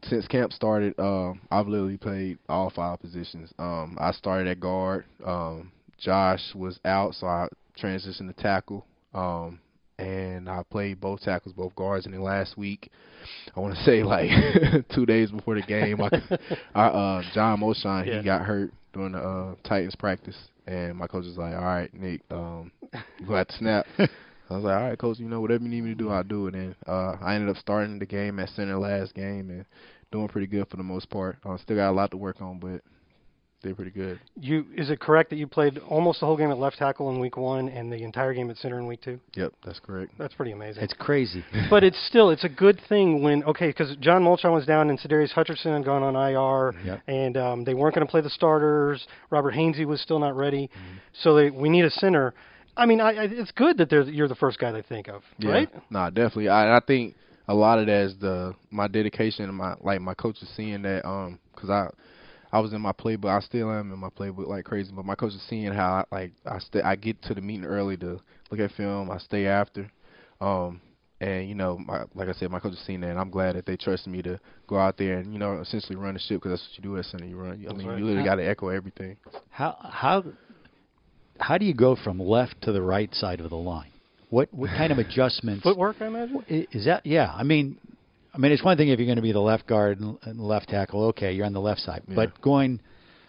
Speaker 5: since camp started, um, I've literally played all five positions. Um, I started at guard. Um, Josh was out, so I transitioned to tackle. Um, and I played both tackles, both guards. And then last week, I want to say like two days before the game, I, I uh, John Moshine
Speaker 3: Yeah.
Speaker 5: he got hurt during the uh, Titans practice, and my coach was like, "All right, Nick, um, you gonna have to snap." I was like, "All right, coach, you know whatever you need me to do, I'll do it." And uh, I ended up starting the game at center last game and doing pretty good for the most part. Uh, still got a lot to work on, but They're pretty good.
Speaker 3: You is it correct that you played almost the whole game at left tackle in week one and the entire game at center in week two?
Speaker 5: Yep, that's correct.
Speaker 3: That's pretty amazing.
Speaker 4: It's crazy.
Speaker 3: but it's still it's a good thing when okay because John Molchon was down and Sedarius Hutcherson had gone on IR
Speaker 4: Yep.
Speaker 3: and um, they weren't going to play the starters. Robert Hainsey was still not ready, so they, we need a center. I mean, I, I, it's good that they're, you're the first guy they think of,
Speaker 5: Yeah.
Speaker 3: right?
Speaker 5: Nah, definitely. I I think a lot of that is the my dedication and my like my coach is seeing that um because I I was in my playbook. I still am in my playbook like crazy, but my coach is seeing how I, like I stay I get to the meeting early to look at film. I stay after. Um and you know, my, like I said, my coach is seeing that, and I'm glad that they trusted me to go out there and you know essentially run the ship because that's what you do at center. You run. I mean,
Speaker 3: right.
Speaker 5: you literally got to echo everything.
Speaker 4: How how how do you go from left to the right side of the line? What what kind of adjustments?
Speaker 3: Footwork, I imagine.
Speaker 4: I- Is that yeah? I mean, I mean it's one thing if you're going to be the left guard and and left tackle. Okay, you're on the left side, but going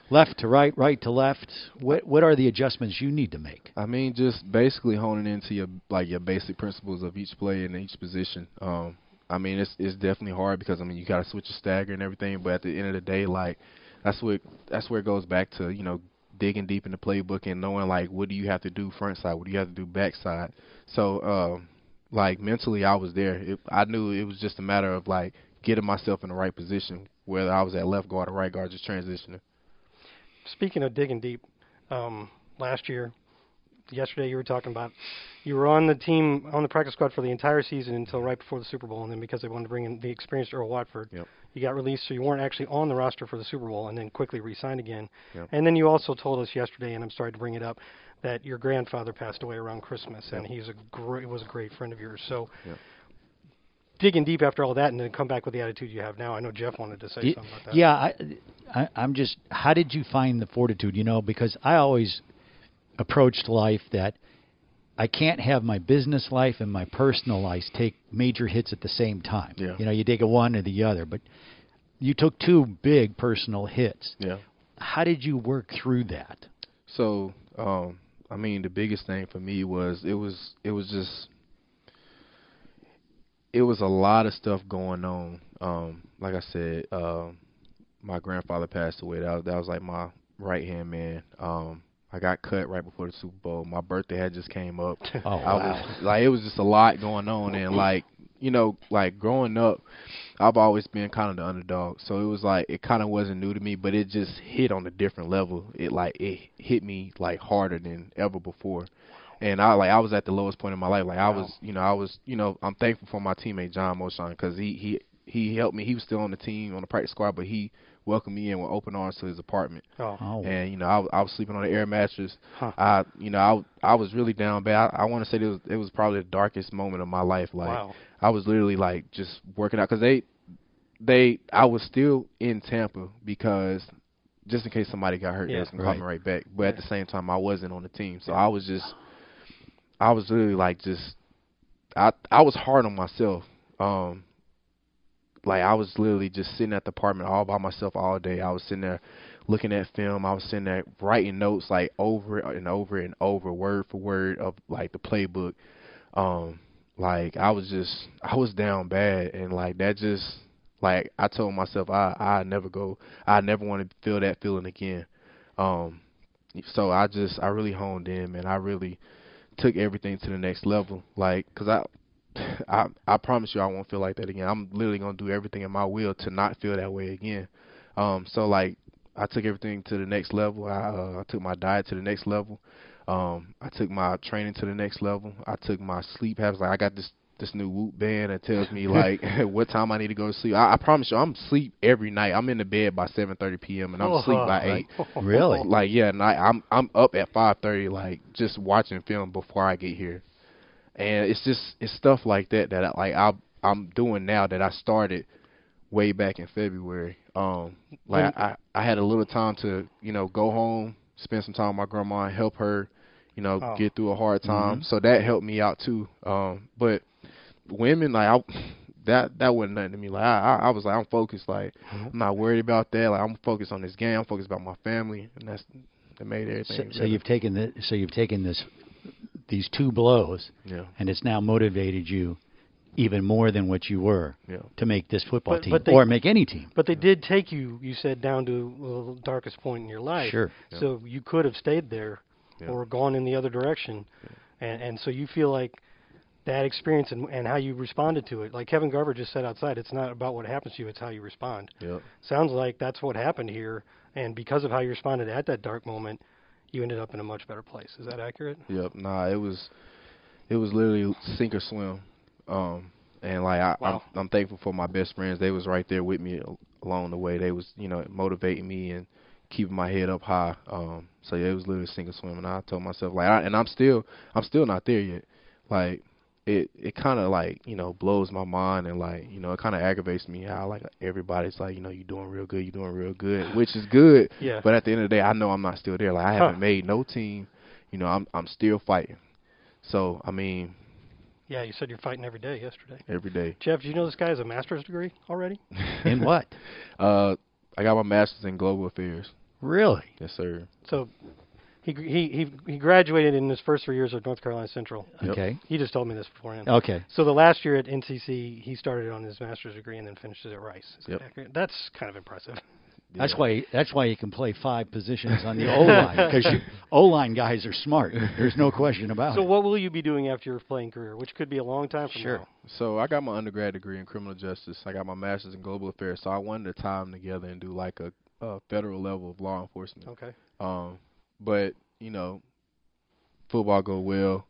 Speaker 4: left to right, right to left. What what are the adjustments you need to make?
Speaker 5: I mean, just basically honing into your like your basic principles of each play and each position. Um, I mean, it's it's definitely hard because I mean you got to switch your stagger and everything, but at the end of the day, like that's what that's where it goes back to you know digging deep in the playbook and knowing like what do you have to do front side, what do you have to do back side. So um, like mentally, I was there. It, I knew it was just a matter of like getting myself in the right position, whether I was at left guard or right guard, just transitioning.
Speaker 3: Speaking of digging deep, um, last year, yesterday you were talking about you were on the team on the practice squad for the entire season until right before the Super Bowl, and then because they wanted to bring in the experienced Earl Watford,
Speaker 5: Yep.
Speaker 3: you got released, so you weren't actually on the roster for the Super Bowl, and then quickly re-signed again.
Speaker 5: Yep.
Speaker 3: And then you also told us yesterday, and I'm sorry to bring it up, that your grandfather passed away around Christmas, and he's a great was a great friend of yours. So.
Speaker 5: Yep.
Speaker 3: Digging deep after all that, and then come back with the attitude you have now. I know Jeff wanted to say
Speaker 4: Y-
Speaker 3: something about that.
Speaker 4: Yeah, I, I, I'm just. How did you find the fortitude? You know, because I always approached life that I can't have my business life and my personal life take major hits at the same time.
Speaker 5: Yeah.
Speaker 4: You know, you take a one or the other, but you took two big personal hits.
Speaker 5: Yeah.
Speaker 4: How did you work through that?
Speaker 5: So, um, I mean, the biggest thing for me was it was it was just it was a lot of stuff going on. Um, like I said, um, my grandfather passed away. That was, that was like my right hand man. Um, I got cut right before the Super Bowl. My birthday had just came up.
Speaker 4: Oh,
Speaker 5: I was like it was just a lot going on and like you know like growing up I've always been kind of the underdog so it was like it kind of wasn't new to me but it just hit on a different level it like it hit me like harder than ever before and I like I was at the lowest point in my life like I was you know I was you know I'm thankful for my teammate John Moshon cuz he he he helped me he was still on the team on the practice squad but he welcomed me in with open arms to his apartment
Speaker 3: Oh,
Speaker 4: Oh,
Speaker 5: and you know, I, was- I was sleeping on an air mattress.
Speaker 3: Huh.
Speaker 5: I, you know, I I was really down bad. I, I want to say it was it was probably the darkest moment of my life. Like
Speaker 3: Wow.
Speaker 5: I was literally like just working out because they they I was still in Tampa because just in case somebody got hurt,
Speaker 3: Yeah.
Speaker 5: they was gonna
Speaker 4: Right.
Speaker 5: call me right back. But at the same time, I wasn't on the team, so I was just I was literally like just I I was hard on myself. Um, like I was literally just sitting at the apartment all by myself all day. I was sitting there looking at film. I was sitting there writing notes like over and over and over, word for word of like the playbook. Um, like I was just I was down bad, and like that just like I told myself I I never go I never want to feel that feeling again. Um, so I just I really honed in, man. I really took everything to the next level, like because I. I I promise you I won't feel like that again. I'm literally gonna do everything in my will to not feel that way again. Um, so like I took everything to the next level. I uh, I took my diet to the next level. Um, I took my training to the next level. I took my sleep habits. Like I got this this new Whoop band that tells me like what time I need to go to sleep. I, I promise you, I'm sleep every night. I'm in the bed by 7:30 p.m. and I'm asleep
Speaker 3: Oh,
Speaker 5: sleep by
Speaker 3: right.
Speaker 5: eight.
Speaker 4: really?
Speaker 5: Like yeah, and I, I'm I'm up at 5:30, like just watching film before I get here, and it's just it's stuff like that that I, like I I'm doing now that I started way back in February. Um, like I I had a little time to you know go home, spend some time with my grandma, and help her, you know,
Speaker 3: Oh.
Speaker 5: get through a hard time. So that helped me out too. Um, but women like I. That that wasn't nothing to me. Like I, I- I was like, I'm focused. Like
Speaker 4: Mm-hmm.
Speaker 5: I'm not worried about that. Like I'm focused on this game. I'm focused about my family, and that's that made everything.
Speaker 4: So, so
Speaker 5: better.
Speaker 4: you've taken the, so you've taken this these two blows,
Speaker 5: Yeah.
Speaker 4: and it's now motivated you even more than what you were
Speaker 5: Yeah.
Speaker 4: to make this football
Speaker 3: But-
Speaker 4: team
Speaker 3: but they-
Speaker 4: or make any team.
Speaker 3: But they did take you, you said, down to the darkest point in your life.
Speaker 4: Sure.
Speaker 3: So you could have stayed there
Speaker 5: Yeah.
Speaker 3: or gone in the other direction. And, and so you feel like that experience and, and how you responded to it. Like Kevin Garver just said outside, it's not about what happens to you, it's how you respond.
Speaker 5: Yep.
Speaker 3: Sounds like that's what happened here. And because of how you responded at that dark moment, you ended up in a much better place. Is that accurate?
Speaker 5: Yep. Nah, it was it was literally sink or swim. Um and like I
Speaker 3: Wow.
Speaker 5: I'm, I'm thankful for my best friends. They was right there with me al- along the way. They was, you know, motivating me and keeping my head up high. Um so yeah, it was literally sink or swim and I told myself like I, and I'm still I'm still not there yet. Like it it kind of like, you know, blows my mind and like, you know, it kind of aggravates me how like everybody's like, you know, you doing real good, you doing real good, which is good.
Speaker 3: Yeah.
Speaker 5: But at the end of the day, I know I'm not still there. Like I haven't
Speaker 3: Huh.
Speaker 5: made no team. You know, I'm I'm still fighting. So I mean,
Speaker 3: Yeah, you said you're fighting every day yesterday.
Speaker 5: every day.
Speaker 3: Jeff, do you know this guy has a master's degree already?
Speaker 4: In what?
Speaker 5: Uh, I got my master's in global affairs.
Speaker 4: Really?
Speaker 5: Yes, sir.
Speaker 3: So he gr- he he he graduated in his first three years of North Carolina Central.
Speaker 5: Yep.
Speaker 4: Okay.
Speaker 3: He just told me this beforehand.
Speaker 4: Okay.
Speaker 3: So the last year at NCC, he started on his master's degree and then finished it at Rice. Is that
Speaker 5: Yep.
Speaker 3: accurate? That's kind of impressive.
Speaker 4: That's
Speaker 5: Yeah.
Speaker 4: why. That's why you can play five positions on the O line because O line guys are smart. There's no question about
Speaker 3: So
Speaker 4: it.
Speaker 3: what will you be doing after your playing career, which could be a long time from
Speaker 4: Sure.
Speaker 3: now?
Speaker 5: So I got my undergrad degree in criminal justice. I got my master's in global affairs. So I wanted to tie them together and do like a, a federal level of law enforcement.
Speaker 3: Okay.
Speaker 5: Um, but you know, football go well.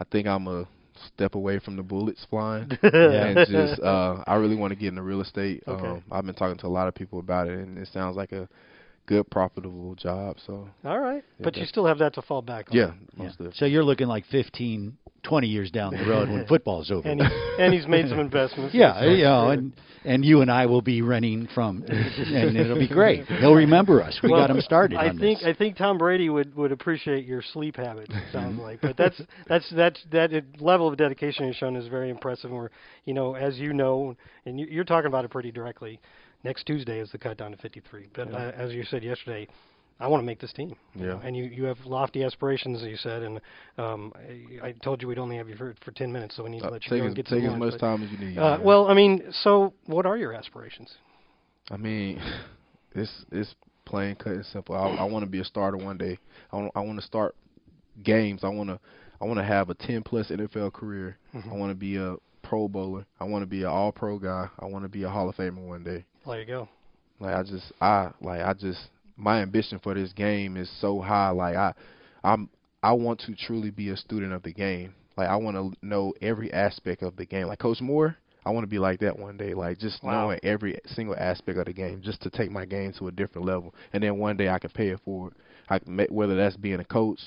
Speaker 5: I think I'm a step away from the bullets flying, and just uh, I really want to get into real estate.
Speaker 3: Okay.
Speaker 5: Um, I've been talking to a lot of people about it, and it sounds like a good profitable job. So
Speaker 3: All right. but you
Speaker 5: that's-
Speaker 3: still have that to fall back on.
Speaker 5: yeah,
Speaker 4: Yeah.
Speaker 5: most of it.
Speaker 4: So you're looking like 15, 20 years down the road when football's over.
Speaker 3: And he's, and he's made some investments.
Speaker 4: yeah,
Speaker 3: So-
Speaker 4: you know, and and you and I will be renting from, and it'll be great. He'll remember us. We
Speaker 3: Well,
Speaker 4: got him started.
Speaker 3: I
Speaker 4: on
Speaker 3: think
Speaker 4: this.
Speaker 3: I think Tom Brady would, would appreciate your sleep habits. It
Speaker 5: Mm-hmm.
Speaker 3: sounds like, but that's that's that's that it- level of dedication you've shown is very impressive. And we're you know, as you know, and you, you're talking about it pretty directly. Next Tuesday is the cut down to 53. But uh, as you said yesterday, I want to make this team. you
Speaker 5: Yeah.
Speaker 3: know, And you you have lofty aspirations, as you said. And um, I, I told you we'd only have you for for 10 minutes, so we need to
Speaker 5: Uh,
Speaker 3: let you
Speaker 5: take
Speaker 3: go
Speaker 5: as,
Speaker 3: and get
Speaker 5: take
Speaker 3: to
Speaker 5: as
Speaker 3: lunch,
Speaker 5: much
Speaker 3: but-
Speaker 5: time as you need.
Speaker 3: Uh,
Speaker 5: man.
Speaker 3: well, I mean, so what are your aspirations?
Speaker 5: I mean, it's it's plain cut and simple. I, I want to be a starter one day. I want I want to start games. I want to I want to have a ten plus NFL career.
Speaker 3: Mm-hmm.
Speaker 5: I want to be a Pro Bowler. I want to be an All Pro guy. I want to be a Hall of Famer one day.
Speaker 3: There you go.
Speaker 5: Like I just I like I just my ambition for this game is so high. Like I I'm I want to truly be a student of the game. Like I want to know every aspect of the game. Like Coach Moore, I want to be like that one day. Like just
Speaker 3: Wow.
Speaker 5: knowing every single aspect of the game, just to take my game to a different level. And then one day I can pay it forward. I can, ma- whether that's being a coach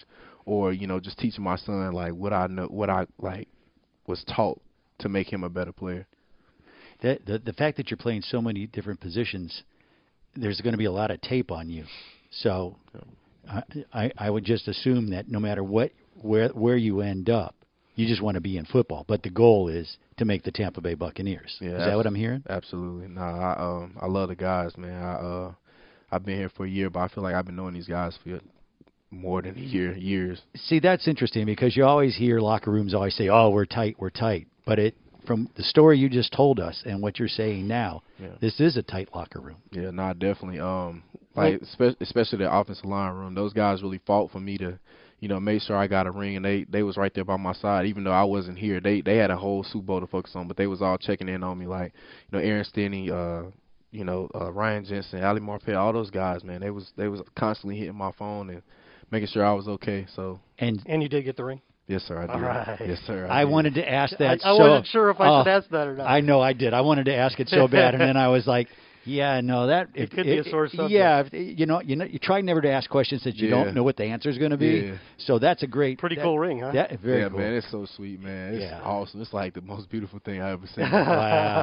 Speaker 5: or you know just teaching my son like what I know, what I like was taught to make him a better player.
Speaker 4: the, the the fact that you're playing so many different positions, there's going to be a lot of tape on you. So, I, I I would just assume that no matter what where where you end up, you just want to be in football. But the goal is to make the Tampa Bay Buccaneers.
Speaker 5: Yeah,
Speaker 4: is that
Speaker 5: that's-
Speaker 4: what I'm hearing?
Speaker 5: Absolutely. Nah, I um I love the guys, man. I uh I've been here for a year, but I feel like I've been knowing these guys for more than a year, years.
Speaker 4: See, that's interesting because you always hear locker rooms always say, "Oh, we're tight, we're tight," but it from the story you just told us and what you're saying now,
Speaker 5: Yeah.
Speaker 4: this is a tight locker room.
Speaker 5: Yeah, nah, definitely. Um like spe- especially the offensive line room. Those guys really fought for me to, you know, make sure I got a ring and they they was right there by my side even though I wasn't here. They they had a whole Super Bowl to focus on, but they was all checking in on me like, you know, Aaron Stinney, uh you know, uh, Ryan Jensen, Ali Marpet, all those guys, man, they was they was constantly hitting my phone and making sure I was okay. So
Speaker 4: And
Speaker 3: And you did get the ring.
Speaker 5: Yes, sir. I did.
Speaker 3: All right.
Speaker 5: Yes, sir.
Speaker 4: I
Speaker 5: did.
Speaker 4: wanted to ask that.
Speaker 3: I, I
Speaker 4: so,
Speaker 3: wasn't sure if I
Speaker 4: oh,
Speaker 3: should ask that or not.
Speaker 4: I know I did. I wanted to ask it so bad, and then I was like, "Yeah, no, that it,
Speaker 3: could be a sore subject.
Speaker 4: Yeah, if- you know, you know, you try never to ask questions that you
Speaker 5: Yeah.
Speaker 4: don't know what the answer is going to be.
Speaker 5: Yeah.
Speaker 4: So that's a great,
Speaker 3: Pretty
Speaker 4: that-
Speaker 3: cool ring, huh?
Speaker 4: That very
Speaker 5: yeah,
Speaker 4: cool.
Speaker 5: man, it's so sweet, man. It's
Speaker 4: Yeah.
Speaker 5: awesome. It's like the most beautiful thing I ever seen. yeah,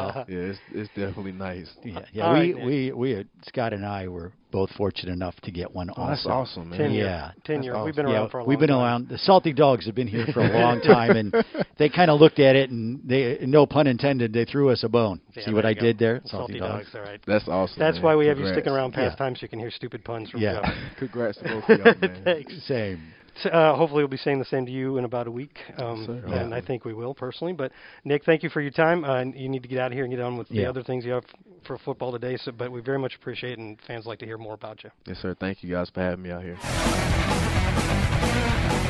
Speaker 4: Wow.
Speaker 5: it's it's definitely nice.
Speaker 4: Yeah, yeah
Speaker 3: All
Speaker 4: we,
Speaker 3: right, Nick.
Speaker 4: we we Scott and I were both fortunate enough to get one.
Speaker 5: Oh, that's
Speaker 4: also.
Speaker 5: awesome, man.
Speaker 3: Ten year-
Speaker 4: Yeah.
Speaker 3: ten
Speaker 5: That's
Speaker 3: years. We've
Speaker 5: awesome.
Speaker 3: been around for a long
Speaker 4: we've been
Speaker 3: time.
Speaker 4: around. The Salty Dogs have been here for a long time, and they kind of looked at it, and they, no pun intended, they threw us a bone.
Speaker 3: Yeah,
Speaker 4: See what
Speaker 3: there
Speaker 4: I
Speaker 3: you go.
Speaker 4: did there?
Speaker 3: Salty dogs. All right.
Speaker 5: That's awesome.
Speaker 3: That's
Speaker 5: man.
Speaker 3: why we have you
Speaker 5: Congrats.
Speaker 3: sticking around past
Speaker 4: Yeah.
Speaker 3: time so you can hear stupid puns from
Speaker 4: Yeah.
Speaker 3: Jeff.
Speaker 5: Congrats to both of y'all, man.
Speaker 3: Thanks.
Speaker 4: Same.
Speaker 3: So, uh, hopefully, we'll be saying the same to you in about a week, um,
Speaker 5: sir.
Speaker 3: and I think we will personally. But Nick, thank you for your time. Uh, and you need to get out of here and get on with the
Speaker 4: Yeah.
Speaker 3: other things you have for football today. So, but we very much appreciate, it, and fans like to hear more about you.
Speaker 5: Yes, sir. Thank you guys for having me out here.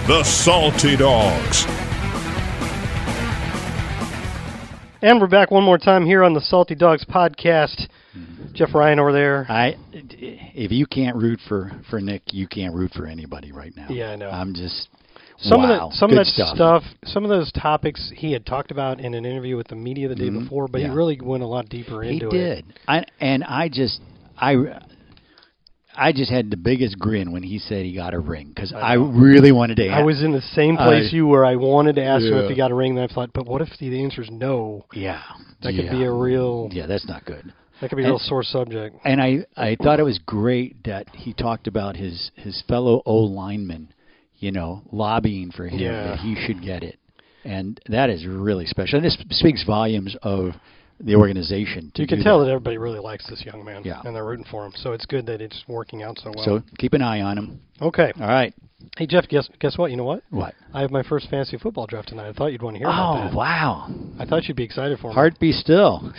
Speaker 2: The Salty Dogs.
Speaker 3: And we're back one more time here on the Salty Dogs podcast.
Speaker 4: Mm-hmm.
Speaker 3: Jeff Ryan over there.
Speaker 4: I, if you can't root for for Nick, you can't root for anybody right now.
Speaker 3: Yeah, I know.
Speaker 4: I'm just
Speaker 3: Some
Speaker 4: wow,
Speaker 3: of the, some
Speaker 4: good
Speaker 3: of that
Speaker 4: stuff.
Speaker 3: stuff. some of those topics he had talked about in an interview with the media the day before, but
Speaker 4: Mm-hmm. yeah.
Speaker 3: he really went a lot deeper
Speaker 4: He
Speaker 3: into it.
Speaker 4: did. I and I just I I just had the biggest grin when he said he got a ring because I, really wanted to.
Speaker 3: I was in the same place
Speaker 4: I-
Speaker 3: you were. I wanted to ask him
Speaker 4: Yeah.
Speaker 3: if he got a ring, and I thought, but what if the, the answer is no?
Speaker 4: Yeah,
Speaker 3: That
Speaker 4: yeah.
Speaker 3: could be a real
Speaker 4: yeah. That's not good.
Speaker 3: that could be a
Speaker 4: And-
Speaker 3: real sore subject.
Speaker 4: And I, I thought it was great that he talked about his, his fellow O linemen, you know, lobbying for him
Speaker 3: Yeah.
Speaker 4: that he should get it. And that is really special. And this speaks volumes of the organization. To
Speaker 3: You can
Speaker 4: do
Speaker 3: tell
Speaker 4: that.
Speaker 3: that everybody really likes this young man,
Speaker 4: Yeah.
Speaker 3: and they're rooting for him. So it's good that it's working out so well.
Speaker 4: So keep an eye on him.
Speaker 3: okay,
Speaker 4: All right.
Speaker 3: hey Jeff, guess guess what? You know what?
Speaker 4: What?
Speaker 3: I have my first fantasy football draft tonight. I thought you'd want to hear
Speaker 4: Oh,
Speaker 3: about that.
Speaker 4: wow.
Speaker 3: I thought you'd be excited for me.
Speaker 4: Heart be still.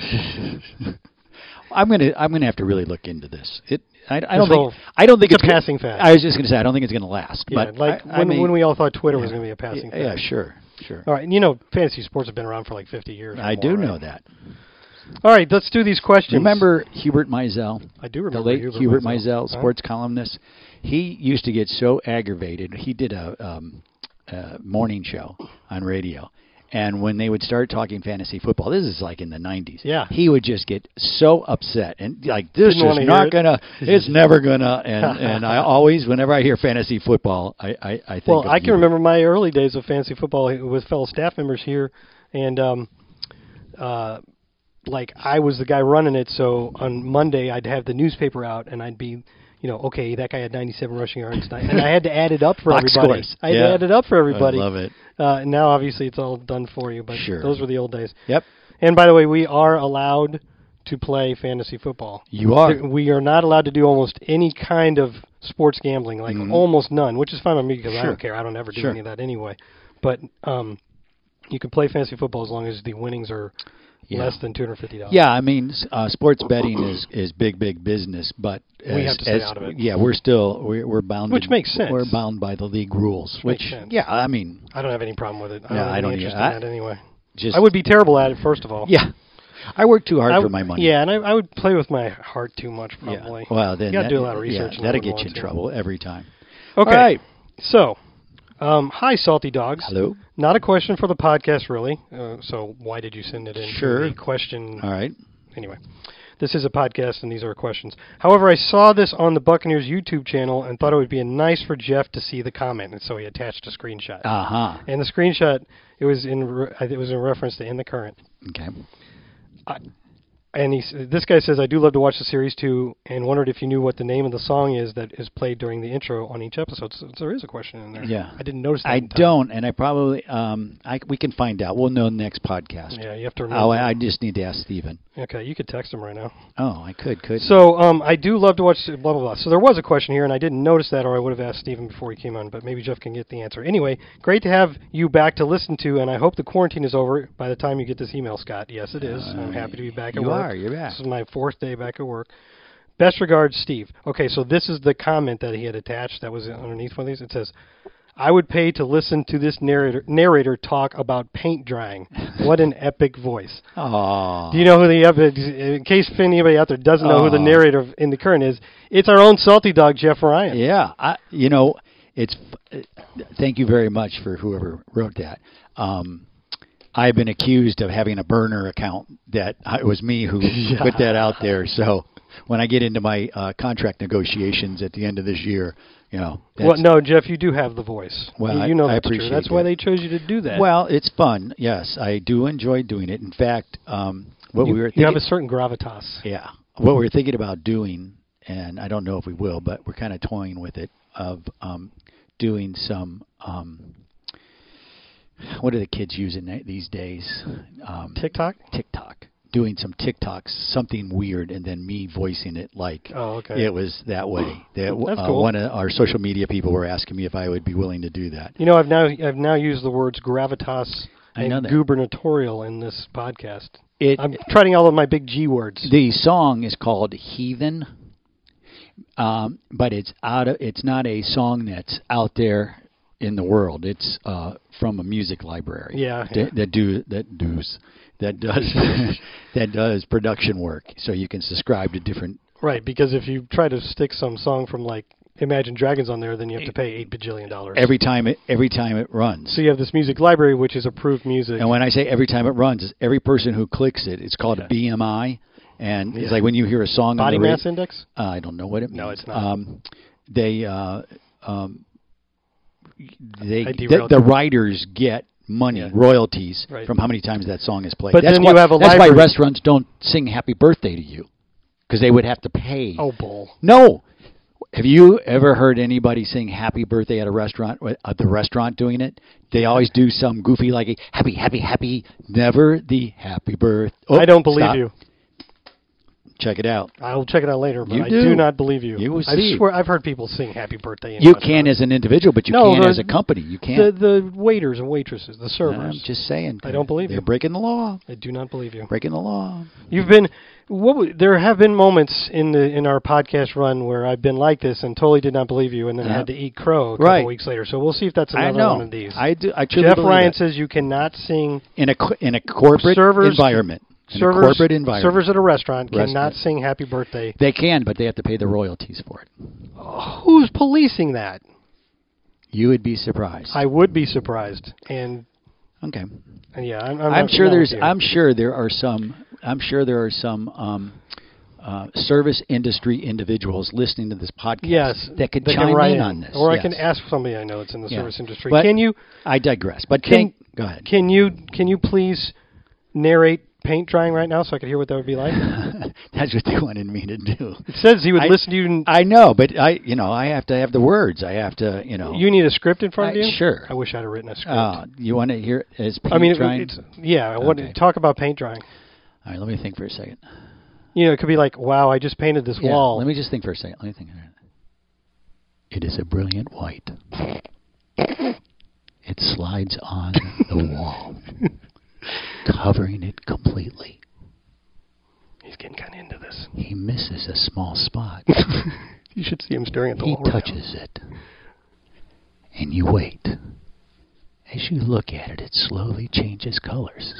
Speaker 4: I'm gonna I'm gonna have to really look into this. It I, I don't
Speaker 3: whole-
Speaker 4: think I don't think
Speaker 3: it's a
Speaker 4: gonna-
Speaker 3: passing fad.
Speaker 4: I was just gonna say I don't think it's gonna last.
Speaker 3: Yeah,
Speaker 4: but
Speaker 3: like
Speaker 4: I- I
Speaker 3: when
Speaker 4: mean-
Speaker 3: when we all thought Twitter was going to be a passing.
Speaker 4: yeah,
Speaker 3: fad.
Speaker 4: sure sure.
Speaker 3: All right, and you know, fantasy sports have been around for like 50 years. or
Speaker 4: I
Speaker 3: more,
Speaker 4: do
Speaker 3: right?
Speaker 4: know that.
Speaker 3: All right, let's do these questions.
Speaker 4: Remember Hubert Mizell?
Speaker 3: I do remember
Speaker 4: the late
Speaker 3: Hubert
Speaker 4: Hubert,
Speaker 3: Mizell,
Speaker 4: Mizell,
Speaker 3: huh?
Speaker 4: sports columnist. He used to get so aggravated. He did a, um, a morning show on radio, and when they would start talking fantasy football, this is like in the '90s.
Speaker 3: Yeah.
Speaker 4: he would just get so upset and like, "This
Speaker 3: Didn't wanna hear
Speaker 4: is not
Speaker 3: it.
Speaker 4: gonna. It's never gonna." And and I always, whenever I hear fantasy football, I I, I think.
Speaker 3: Well,
Speaker 4: of
Speaker 3: I can
Speaker 4: Hubert.
Speaker 3: remember my early days of fantasy football with fellow staff members here, and um, uh, like I was the guy running it. So on Monday, I'd have the newspaper out, and I'd be, you know, okay, that guy had 97 rushing yards, tonight, and I had to add it up for
Speaker 4: Box
Speaker 3: everybody.
Speaker 4: scores.
Speaker 3: I had
Speaker 4: Yeah.
Speaker 3: to add it up for everybody.
Speaker 4: I love it.
Speaker 3: Uh, now, obviously, it's all done for you, but
Speaker 4: Sure.
Speaker 3: those were the old days.
Speaker 4: Yep,
Speaker 3: And by the way, we are allowed to play fantasy football.
Speaker 4: you are.
Speaker 3: Th- we are not allowed to do almost any kind of sports gambling, like almost none, which is fine by me because I
Speaker 4: Mm-hmm. Sure.
Speaker 3: don't care. I don't ever do
Speaker 4: Sure.
Speaker 3: any of that anyway. But um, you can play fantasy football as long as the winnings are
Speaker 4: Yeah.
Speaker 3: less than two hundred fifty dollars.
Speaker 4: Yeah, I mean, s- uh, sports betting is, is big, big business, but
Speaker 3: We
Speaker 4: as-
Speaker 3: have to stay
Speaker 4: as-
Speaker 3: out of it.
Speaker 4: Yeah, we're still we're, we're bound,
Speaker 3: Which
Speaker 4: to-
Speaker 3: makes sense.
Speaker 4: We're bound by the league rules,
Speaker 3: Makes
Speaker 4: which
Speaker 3: sense.
Speaker 4: yeah, I mean,
Speaker 3: I don't have any problem with it. I don't
Speaker 4: Yeah,
Speaker 3: have
Speaker 4: I
Speaker 3: any
Speaker 4: don't
Speaker 3: interest
Speaker 4: either.
Speaker 3: in
Speaker 4: I-
Speaker 3: that anyway.
Speaker 4: just
Speaker 3: I would be terrible at it, first of all.
Speaker 4: yeah. I work too hard
Speaker 3: I,
Speaker 4: for
Speaker 3: w-
Speaker 4: my money.
Speaker 3: Yeah, and I, I would play with my heart too much
Speaker 4: Yeah.
Speaker 3: probably.
Speaker 4: Well, then
Speaker 3: you gotta
Speaker 4: that-
Speaker 3: do a lot of research.
Speaker 4: Yeah,
Speaker 3: and I
Speaker 4: that'll
Speaker 3: wouldn't
Speaker 4: get you in
Speaker 3: want to.
Speaker 4: trouble every time.
Speaker 3: Okay.
Speaker 4: All right.
Speaker 3: So, um, hi, salty dogs.
Speaker 4: Hello.
Speaker 3: Not a question for the podcast, really. Uh, so why did you send it in? to
Speaker 4: Sure.
Speaker 3: the question.
Speaker 4: All right.
Speaker 3: Anyway, this is a podcast, and these are questions. However, I saw this on the Buccaneers YouTube channel and thought it would be nice for Jeff to see the comment, and so he attached a screenshot.
Speaker 4: Uh huh.
Speaker 3: and the screenshot, it was in re- it was in reference to in the current.
Speaker 4: Okay.
Speaker 3: And he, s- this guy says, I do love to watch the series too, and wondered if you knew what the name of the song is that is played during the intro on each episode. So there is a question in there.
Speaker 4: Yeah.
Speaker 3: I didn't notice that.
Speaker 4: I
Speaker 3: in time.
Speaker 4: don't, and I probably um I we can find out. We'll know next podcast.
Speaker 3: Yeah, you have to remember.
Speaker 4: Oh, I, I just need to ask Steven.
Speaker 3: okay, you could text him right now.
Speaker 4: Oh, I could could.
Speaker 3: So um, I do love to watch blah blah blah. So there was a question here, and I didn't notice that, or I would have asked Stephen before he came on. But maybe Jeff can get the answer. Anyway, great to have you back to listen to, and I hope the quarantine is over by the time you get this email, Scott. Yes, it is. I'm happy to be back at
Speaker 4: you
Speaker 3: work.
Speaker 4: are, you're back.
Speaker 3: This is my fourth day back at work. Best regards, Steve. Okay, so this is the comment that he had attached that was underneath one of these. It says, "I would pay to listen to this narrator narrator talk about paint drying. What an epic voice!"
Speaker 4: Aw.
Speaker 3: Do you know who the epic? In case anybody out there doesn't know who the
Speaker 4: Oh.
Speaker 3: narrator of- in the current is, it's our own salty dog Jeff Ryan.
Speaker 4: Yeah, I, you know, it's. f- uh, Thank you very much for whoever wrote that. Um, I've been accused of having a burner account that I- it was me who put that out there. So when I get into my uh, contract negotiations at the end of this year, you know,
Speaker 3: Well,
Speaker 4: that's-
Speaker 3: no, Jeff, you do have the voice.
Speaker 4: Well,
Speaker 3: you,
Speaker 4: I-
Speaker 3: you know
Speaker 4: I
Speaker 3: that's true.
Speaker 4: appreciate
Speaker 3: That's why
Speaker 4: that.
Speaker 3: they chose you to do that.
Speaker 4: well, it's fun. Yes, I do enjoy doing it. In fact, um, what
Speaker 3: you,
Speaker 4: we were
Speaker 3: you have
Speaker 4: thinking,
Speaker 3: a certain gravitas.
Speaker 4: yeah, what we were thinking about doing, and I don't know if we will, but we're kind of toying with it of um, doing some. Um, what are the kids using that these days? Um,
Speaker 3: TikTok.
Speaker 4: TikTok. doing some TikToks, something weird, and then me voicing it like
Speaker 3: Oh, okay.
Speaker 4: it was that way. That
Speaker 3: That's
Speaker 4: uh,
Speaker 3: cool.
Speaker 4: one of our social media people were asking me if I would be willing to do that.
Speaker 3: You know, I've now I've now used the words gravitas
Speaker 4: I
Speaker 3: and
Speaker 4: know that.
Speaker 3: gubernatorial in this podcast.
Speaker 4: It
Speaker 3: I'm trying all of my big G words.
Speaker 4: the song is called Heathen, um, but it's out of it's not a song that's out there in the world. It's uh, from a music library.
Speaker 3: Yeah,
Speaker 4: that,
Speaker 3: yeah.
Speaker 4: that do that does that does that does production work. So you can subscribe to different.
Speaker 3: Right, because if you try to stick some song from like Imagine Dragons on there, then you have to pay eight bajillion dollars.
Speaker 4: E Every time it every time it runs.
Speaker 3: so you have this music library, which is approved music.
Speaker 4: And when I say every time it runs, it's every person who clicks it. It's called a BMI, and it's like when you hear a song
Speaker 3: Body
Speaker 4: on the ra-
Speaker 3: mass index.
Speaker 4: Uh, I don't know what it means.
Speaker 3: No, it's not.
Speaker 4: Um, they, uh, um, they,
Speaker 3: I
Speaker 4: the,
Speaker 3: derailed
Speaker 4: the
Speaker 3: you.
Speaker 4: writers get money royalties
Speaker 3: Right.
Speaker 4: from how many times that song is played.
Speaker 3: But
Speaker 4: that's
Speaker 3: then
Speaker 4: why,
Speaker 3: you have a
Speaker 4: that's why
Speaker 3: library-
Speaker 4: restaurants don't sing "Happy Birthday" to you because they would have to pay.
Speaker 3: Oh, bull.
Speaker 4: No. Have you ever heard anybody sing "Happy Birthday" at a restaurant? uh, At the restaurant doing it, they always do some goofy like "Happy, Happy, Happy." Never the "Happy Birthday."
Speaker 3: I don't believe you.
Speaker 4: Check it out.
Speaker 3: I'll check it out later, but
Speaker 4: You
Speaker 3: I
Speaker 4: do.
Speaker 3: do. not believe you.
Speaker 4: You will
Speaker 3: I
Speaker 4: see.
Speaker 3: swear, I've heard people sing "Happy Birthday." In
Speaker 4: You
Speaker 3: restaurants.
Speaker 4: can as an individual, but you
Speaker 3: No,
Speaker 4: can
Speaker 3: the-
Speaker 4: as a company. You can't.
Speaker 3: the the waiters and waitresses, the servers.
Speaker 4: I'm just saying.
Speaker 3: I don't believe
Speaker 4: they're
Speaker 3: you.
Speaker 4: breaking the law.
Speaker 3: I do not believe you.
Speaker 4: Breaking the law.
Speaker 3: You've been what? w- There have been moments in the in our podcast run where I've been like this and totally did not believe you, and then
Speaker 4: Yeah.
Speaker 3: had to eat crow a couple
Speaker 4: Right.
Speaker 3: weeks later. So we'll see if that's
Speaker 4: I
Speaker 3: another
Speaker 4: know.
Speaker 3: one of these.
Speaker 4: I do. I truly
Speaker 3: Jeff
Speaker 4: believe
Speaker 3: Ryan
Speaker 4: that.
Speaker 3: says you cannot sing
Speaker 4: in a co- in a corporate
Speaker 3: Servers-
Speaker 4: environment. In
Speaker 3: servers
Speaker 4: a corporate environment.
Speaker 3: servers at a restaurant cannot
Speaker 4: Restaurant.
Speaker 3: sing Happy Birthday.
Speaker 4: They can, but they have to pay the royalties for it.
Speaker 3: Who's policing that?
Speaker 4: You would be surprised.
Speaker 3: I would be surprised. And,
Speaker 4: okay.
Speaker 3: and yeah, I'm, I'm,
Speaker 4: I'm,
Speaker 3: not-
Speaker 4: sure
Speaker 3: not
Speaker 4: there's.
Speaker 3: with you.
Speaker 4: I'm sure there are some. I'm sure there are some. Um, uh, service industry individuals listening to this podcast
Speaker 3: yes
Speaker 4: that could
Speaker 3: they
Speaker 4: chime
Speaker 3: can write
Speaker 4: in,
Speaker 3: in.
Speaker 4: on this,
Speaker 3: or I
Speaker 4: yes.
Speaker 3: can ask somebody I know that's in the
Speaker 4: Yeah.
Speaker 3: service industry.
Speaker 4: But
Speaker 3: can you
Speaker 4: I digress. But
Speaker 3: Can-
Speaker 4: think, go ahead.
Speaker 3: can you can you please narrate paint drying right now so I could hear what that would be like?
Speaker 4: That's what they wanted me to do.
Speaker 3: It says he would
Speaker 4: I-
Speaker 3: listen to you. And
Speaker 4: I know, but I, you know, I have to have the words. I have to, you know.
Speaker 3: you need a script in front of
Speaker 4: Oh. I-
Speaker 3: you.
Speaker 4: sure.
Speaker 3: I wish I'd have written a script.
Speaker 4: uh, you want to hear? Is paint
Speaker 3: I mean, it-
Speaker 4: drying?
Speaker 3: it's yeah. I want
Speaker 4: Okay.
Speaker 3: to talk about paint drying.
Speaker 4: All right, let me think for a second.
Speaker 3: You know, it could be like, wow, I just painted this
Speaker 4: Yeah,
Speaker 3: wall.
Speaker 4: Let me just think for a second. Let me think. It is a brilliant white. It slides on the wall, covering it completely.
Speaker 3: He's getting kind of into this.
Speaker 4: He misses a small spot.
Speaker 3: You should see him staring at the
Speaker 4: He
Speaker 3: wall. right now.
Speaker 4: touches it. And you wait. As you look at it, it slowly changes colors.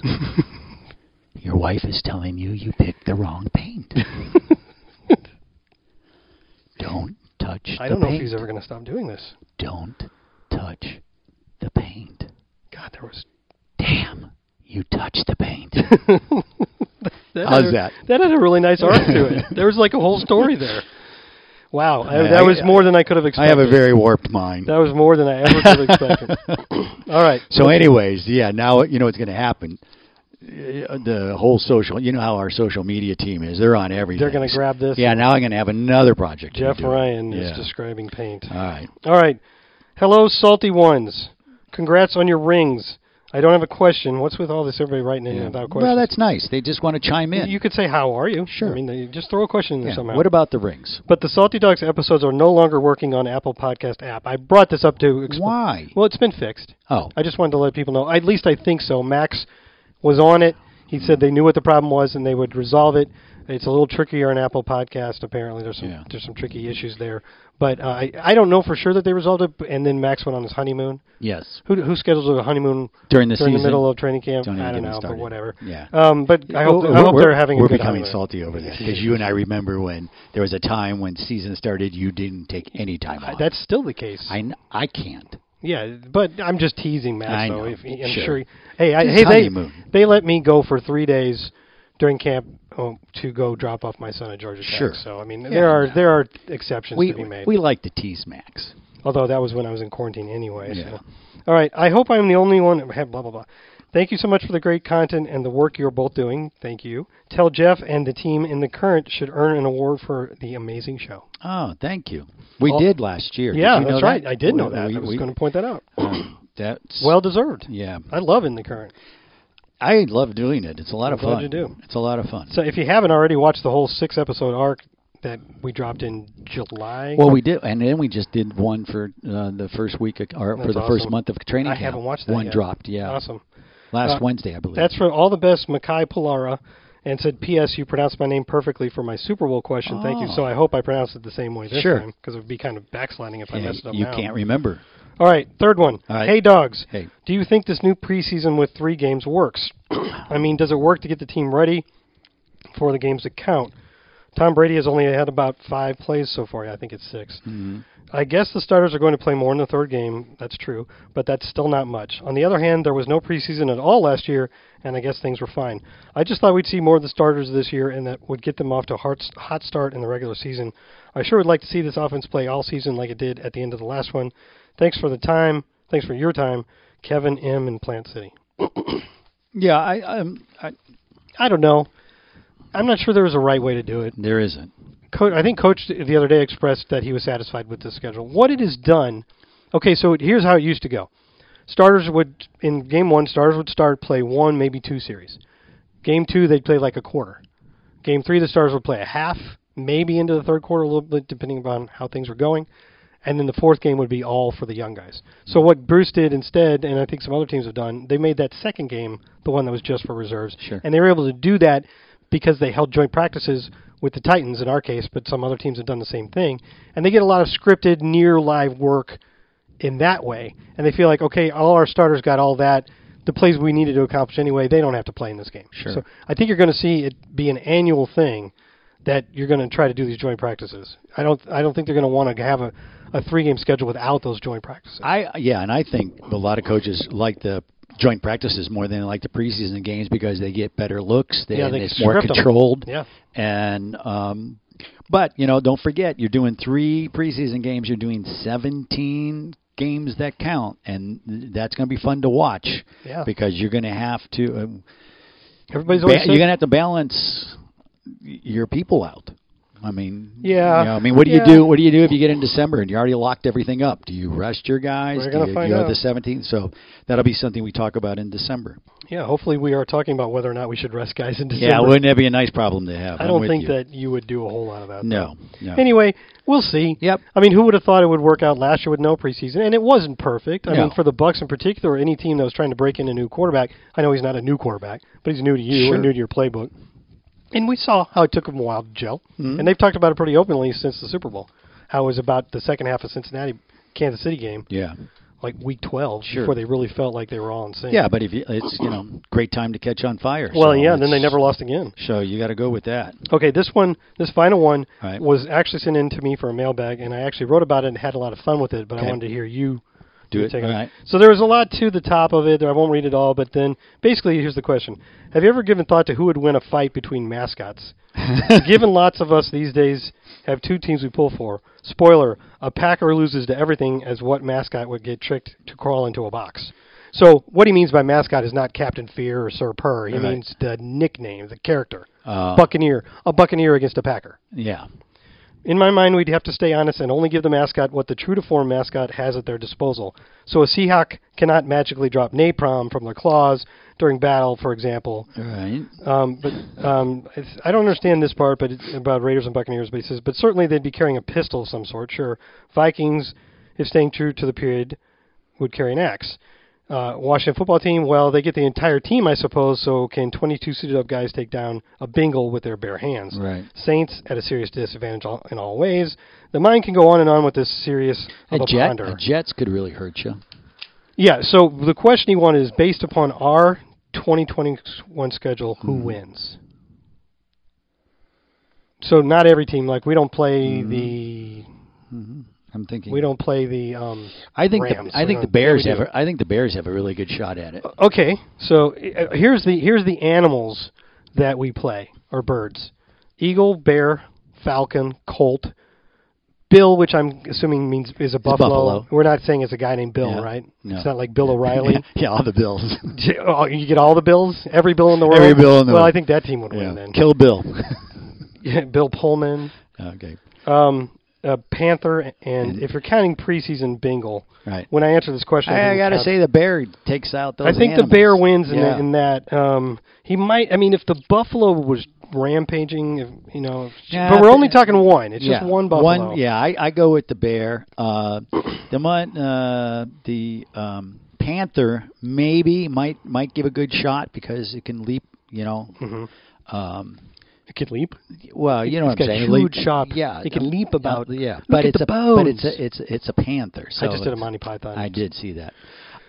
Speaker 4: Your wife is telling you you picked the wrong paint. Don't touch
Speaker 3: I
Speaker 4: the
Speaker 3: don't know
Speaker 4: paint.
Speaker 3: if he's ever going to stop doing this.
Speaker 4: Don't touch the paint.
Speaker 3: God, there was.
Speaker 4: Damn, you touched the paint.
Speaker 3: That
Speaker 4: How's
Speaker 3: had a-
Speaker 4: that?
Speaker 3: That had a really nice arc to it. There was like a whole story there. Wow, I,
Speaker 4: I-
Speaker 3: that
Speaker 4: I-
Speaker 3: was more than I could have expected.
Speaker 4: warped mind.
Speaker 3: That was more than I ever could have expected. All right.
Speaker 4: So, anyways, yeah, now you know what's going to happen. Uh, The whole social, you know how our social media team is. They're on everything.
Speaker 3: They're gonna grab this.
Speaker 4: Yeah, now I'm going to have another project. to
Speaker 3: Jeff
Speaker 4: do.
Speaker 3: Ryan
Speaker 4: yeah. Uh.
Speaker 3: is describing paint.
Speaker 4: All right.
Speaker 3: All right. Hello, salty ones. Congrats on your rings. I don't have a question. What's with all this everybody writing in without questions?
Speaker 4: Well, that's nice. They just want to chime in.
Speaker 3: you could say, "How are you?"
Speaker 4: Sure.
Speaker 3: I mean, they- just throw a question in there
Speaker 4: Yeah.
Speaker 3: somehow.
Speaker 4: What about the rings?
Speaker 3: But the Salty Dogs episodes are no longer working on Apple Podcast app. I brought this up to expl-
Speaker 4: Why?
Speaker 3: Well, it's been fixed.
Speaker 4: Oh,
Speaker 3: I just wanted to let people know. At least I think so. Max was on it. He said they knew what the problem was and they would resolve it. It's a little trickier on Apple Podcast. Apparently, there's some
Speaker 4: Yeah.
Speaker 3: there's some tricky issues there. But uh, I I don't know for sure that they resolved it. And then Max went on his honeymoon.
Speaker 4: yes.
Speaker 3: Who who schedules a honeymoon
Speaker 4: During the
Speaker 3: during
Speaker 4: season.
Speaker 3: the middle of training camp?
Speaker 4: Don't even
Speaker 3: I don't
Speaker 4: get me
Speaker 3: know, but
Speaker 4: started.
Speaker 3: whatever.
Speaker 4: Yeah.
Speaker 3: Um. But I hope
Speaker 4: We're-
Speaker 3: I hope
Speaker 4: we're-
Speaker 3: they're having a
Speaker 4: We're
Speaker 3: good
Speaker 4: becoming
Speaker 3: honeymoon.
Speaker 4: salty over this because you and I remember when there was a time when season started, you didn't take any time off.
Speaker 3: That's still the case.
Speaker 4: I, kn- I can't.
Speaker 3: Yeah, but I'm just teasing Matt.
Speaker 4: I
Speaker 3: though.
Speaker 4: know.
Speaker 3: If, I'm
Speaker 4: Sure.
Speaker 3: sure. hey, I,
Speaker 4: It's
Speaker 3: hey,
Speaker 4: honeymoon.
Speaker 3: they they let me go for three days during camp oh, to go drop off my son at Georgia Tech.
Speaker 4: Sure.
Speaker 3: So I mean,
Speaker 4: Yeah,
Speaker 3: there are
Speaker 4: no.
Speaker 3: there are exceptions
Speaker 4: We
Speaker 3: to be made.
Speaker 4: we like to tease Max.
Speaker 3: Although that was when I was in quarantine anyway.
Speaker 4: Yeah.
Speaker 3: So. All right. I hope I'm the only one. Blah blah blah. Thank you so much for the great content and the work you're both doing. Thank you. Tell Jeff and the team in the current should earn an award for the amazing show.
Speaker 4: Oh, thank you. We
Speaker 3: Well-
Speaker 4: did last year. Did
Speaker 3: yeah,
Speaker 4: you know
Speaker 3: that's
Speaker 4: that?
Speaker 3: right. I did know
Speaker 4: We-
Speaker 3: that.
Speaker 4: we-
Speaker 3: I was
Speaker 4: we-
Speaker 3: going to point that out.
Speaker 4: That's
Speaker 3: Well deserved.
Speaker 4: Yeah.
Speaker 3: I love in the current.
Speaker 4: I love doing it. It's a lot of
Speaker 3: glad
Speaker 4: fun.
Speaker 3: you do.
Speaker 4: It's a lot of fun.
Speaker 3: So if you haven't already watched the whole six episode arc that we dropped in July,
Speaker 4: well, we did, and then we just did one for uh, the first week of, or for
Speaker 3: That's
Speaker 4: the first
Speaker 3: awesome.
Speaker 4: month of training
Speaker 3: I
Speaker 4: camp.
Speaker 3: haven't watched that
Speaker 4: One
Speaker 3: yet.
Speaker 4: dropped, yeah,
Speaker 3: awesome.
Speaker 4: last
Speaker 3: Uh,
Speaker 4: Wednesday, I believe.
Speaker 3: That's for all the best, Makai Polara. And said, P.S. You pronounced my name perfectly for my Super Bowl question. Thank you.
Speaker 4: Oh.
Speaker 3: So I hope I pronounced it the same way this
Speaker 4: Sure.
Speaker 3: time because it would be kind of backsliding if I
Speaker 4: Yeah,
Speaker 3: messed it up
Speaker 4: you
Speaker 3: now.
Speaker 4: can't remember.
Speaker 3: All right, third one.
Speaker 4: All right.
Speaker 3: Hey, dogs.
Speaker 4: Hey.
Speaker 3: Do you think this new preseason with three games works? I mean, does it work to get the team ready for the games that count? Tom Brady has only had about five plays so far. I think it's 6
Speaker 4: Mm-hmm.
Speaker 3: I guess the starters are going to play more in the third game. That's true, but that's still not much. On the other hand, there was no preseason at all last year, and I guess things were fine. I just thought we'd see more of the starters this year, and that would get them off to a hard, hot start in the regular season. I sure would like to see this offense play all season like it did at the end of the last one. Thanks for the time. Thanks for your time, Kevin M. in Plant City.
Speaker 4: Yeah, I, um, I
Speaker 3: I don't know. I'm not sure there was a right way to do it.
Speaker 4: there isn't.
Speaker 3: Coach, I think Coach the other day expressed that he was satisfied with the schedule. What it has done, okay, so here's how it used to go: starters would in game one, starters would start play one, maybe two series. Game two, they'd play like a quarter. Game three, the starters would play a half, maybe into the third quarter a little bit, depending upon how things were going. And then the fourth game would be all for the young guys. So what Bruce did instead, and I think some other teams have done, they made that second game the one that was just for reserves.
Speaker 4: Sure.
Speaker 3: And they were able to do that because they held joint practices with the Titans in our case, but some other teams have done the same thing. And they get a lot of scripted, near live work in that way, and they feel like, okay, all our starters got all that. The plays we needed to accomplish anyway, they don't have to play in this game.
Speaker 4: Sure.
Speaker 3: So I think you're going to see it be an annual thing that you're going to try to do these joint practices. I don't, I don't think they're going to want to have a, a three game schedule without those joint practices.
Speaker 4: I yeah, and I think a lot of coaches like the joint practices more than they like the preseason games because they get better looks. They,
Speaker 3: Yeah,
Speaker 4: and
Speaker 3: they
Speaker 4: it's more
Speaker 3: script 'em.
Speaker 4: controlled.
Speaker 3: Yeah.
Speaker 4: and um, but you know, don't forget you're doing three preseason games. You're doing 17 games that count, and that's going to be fun to watch.
Speaker 3: Yeah.
Speaker 4: because you're going to have to uh,
Speaker 3: Everybody's
Speaker 4: ba-
Speaker 3: always
Speaker 4: you're
Speaker 3: said-
Speaker 4: going to have to balance y- your people out. I mean,
Speaker 3: Yeah.
Speaker 4: you know, I mean, what do
Speaker 3: Yeah.
Speaker 4: you do? What do you do if you get in December and you already locked everything up? Do you rest your guys?
Speaker 3: We're
Speaker 4: Do
Speaker 3: gonna
Speaker 4: you,
Speaker 3: find
Speaker 4: you know,
Speaker 3: out.
Speaker 4: the 17th. So that'll be something we talk about in December.
Speaker 3: yeah. Hopefully, we are talking about whether or not we should rest guys in December.
Speaker 4: Yeah, wouldn't that be a nice problem to have?
Speaker 3: I
Speaker 4: I'm
Speaker 3: don't
Speaker 4: with
Speaker 3: think
Speaker 4: you.
Speaker 3: that you would do a whole lot of that.
Speaker 4: No, no.
Speaker 3: Anyway, we'll see.
Speaker 4: Yep.
Speaker 3: I mean, who would have thought it would work out last year with no preseason? And it wasn't perfect. I
Speaker 4: No.
Speaker 3: mean, for the Bucks in particular, any team that was trying to break in a new quarterback. I know he's not a new quarterback, but he's new to you
Speaker 4: Sure.
Speaker 3: and new to your playbook. And we saw how it took him a while to gel.
Speaker 4: Mm-hmm.
Speaker 3: And they've talked about it pretty openly since the Super Bowl. How it was about the second half of Cincinnati Kansas City game,
Speaker 4: yeah,
Speaker 3: like week 12,
Speaker 4: Sure.
Speaker 3: before they really felt like they were all in sync.
Speaker 4: yeah. But if you, it's you know, great time to catch on fire.
Speaker 3: Well,
Speaker 4: so
Speaker 3: yeah, and then they
Speaker 4: it's-
Speaker 3: never lost again.
Speaker 4: So you got to go with that.
Speaker 3: Okay, this one, this final one
Speaker 4: All right.
Speaker 3: was actually sent in to me for a mailbag, and I actually wrote about it and had a lot of fun with it. But
Speaker 4: Okay.
Speaker 3: I wanted to hear you
Speaker 4: Do
Speaker 3: you
Speaker 4: it.
Speaker 3: take
Speaker 4: All right.
Speaker 3: So there was a lot to the top of it. I won't read it all, but then basically, here's the question: Have you ever given thought to who would win a fight between mascots? Given lots of us these days have two teams we pull for. Spoiler: a Packer loses to everything, as what mascot would get tricked to crawl into a box? So what he means by mascot is not Captain Fear or Sir Purr. He
Speaker 4: Right.
Speaker 3: means the nickname, the character.
Speaker 4: Uh,
Speaker 3: Buccaneer, a Buccaneer against a Packer.
Speaker 4: yeah.
Speaker 3: In my mind, we'd have to stay honest and only give the mascot what the true to form mascot has at their disposal. So a Seahawk cannot magically drop napalm from their claws during battle, for example.
Speaker 4: All right.
Speaker 3: Um, but um, it's, I don't understand this part, but it's about Raiders and Buccaneers. But he says, but certainly they'd be carrying a pistol of some sort. Sure, Vikings, if staying true to the period, would carry an axe. Uh, Washington football team, well, they get the entire team, I suppose. So can 22 suited up guys take down a Bengal with their bare hands?
Speaker 4: Right.
Speaker 3: Saints at a serious disadvantage all, in all ways. The mind can go on and on with this serious of
Speaker 4: A
Speaker 3: a
Speaker 4: jet,
Speaker 3: ponder.
Speaker 4: a jets could really hurt you.
Speaker 3: Yeah, so the question he wanted is based upon our 2021 schedule, who
Speaker 4: Hmm.
Speaker 3: wins? So not every team. Like we don't play
Speaker 4: Hmm. I'm thinking.
Speaker 3: the we don't play the. Um,
Speaker 4: I think
Speaker 3: Rams.
Speaker 4: the, I
Speaker 3: We
Speaker 4: think the
Speaker 3: don't- yeah,
Speaker 4: Bears
Speaker 3: we do. Uh,
Speaker 4: have. A, I think the Bears have a really good shot at it.
Speaker 3: okay, so uh, here's the here's the animals that we play or birds: eagle, bear, falcon, colt, bill, which I'm assuming means is a buffalo.
Speaker 4: buffalo.
Speaker 3: We're not saying it's a guy named Bill,
Speaker 4: Yeah.
Speaker 3: right?
Speaker 4: No.
Speaker 3: It's not like Bill O'Reilly.
Speaker 4: Yeah, yeah, all the Bills.
Speaker 3: Oh, You get all the bills, every bill in the world.
Speaker 4: Every bill in the
Speaker 3: well, I
Speaker 4: world.
Speaker 3: think that team would
Speaker 4: Yeah.
Speaker 3: win then.
Speaker 4: Kill Bill.
Speaker 3: Yeah, Bill Pullman.
Speaker 4: okay.
Speaker 3: Um, uh, Panther,
Speaker 4: Mm-hmm.
Speaker 3: and if you're counting preseason Bengal,
Speaker 4: Right.
Speaker 3: when I answer this question,
Speaker 4: I,
Speaker 3: didn't
Speaker 4: gotta
Speaker 3: count-
Speaker 4: say the bear takes out those.
Speaker 3: I think
Speaker 4: animals.
Speaker 3: the bear wins in,
Speaker 4: Yeah.
Speaker 3: in that. Um, he might. I mean, if the buffalo was rampaging, if, you know, if,
Speaker 4: Yeah,
Speaker 3: but we're
Speaker 4: but-
Speaker 3: only talking one. It's just one buffalo.
Speaker 4: yeah, I, I go with the bear. Uh, the mon- uh, the um, panther maybe might might give a good shot because it can leap. You know, um,
Speaker 3: It could Mm-hmm. leap.
Speaker 4: well, you know
Speaker 3: It's
Speaker 4: what I'm
Speaker 3: got
Speaker 4: saying.
Speaker 3: huge
Speaker 4: leap,
Speaker 3: chop.
Speaker 4: Yeah,
Speaker 3: It can leap
Speaker 4: uh,
Speaker 3: about-
Speaker 4: Yeah,
Speaker 3: Look
Speaker 4: but
Speaker 3: at
Speaker 4: it's
Speaker 3: the
Speaker 4: a but it's
Speaker 3: bones.
Speaker 4: a it's a- it's a panther. So
Speaker 3: I just did a
Speaker 4: it's-
Speaker 3: Monty Python.
Speaker 4: I did see that.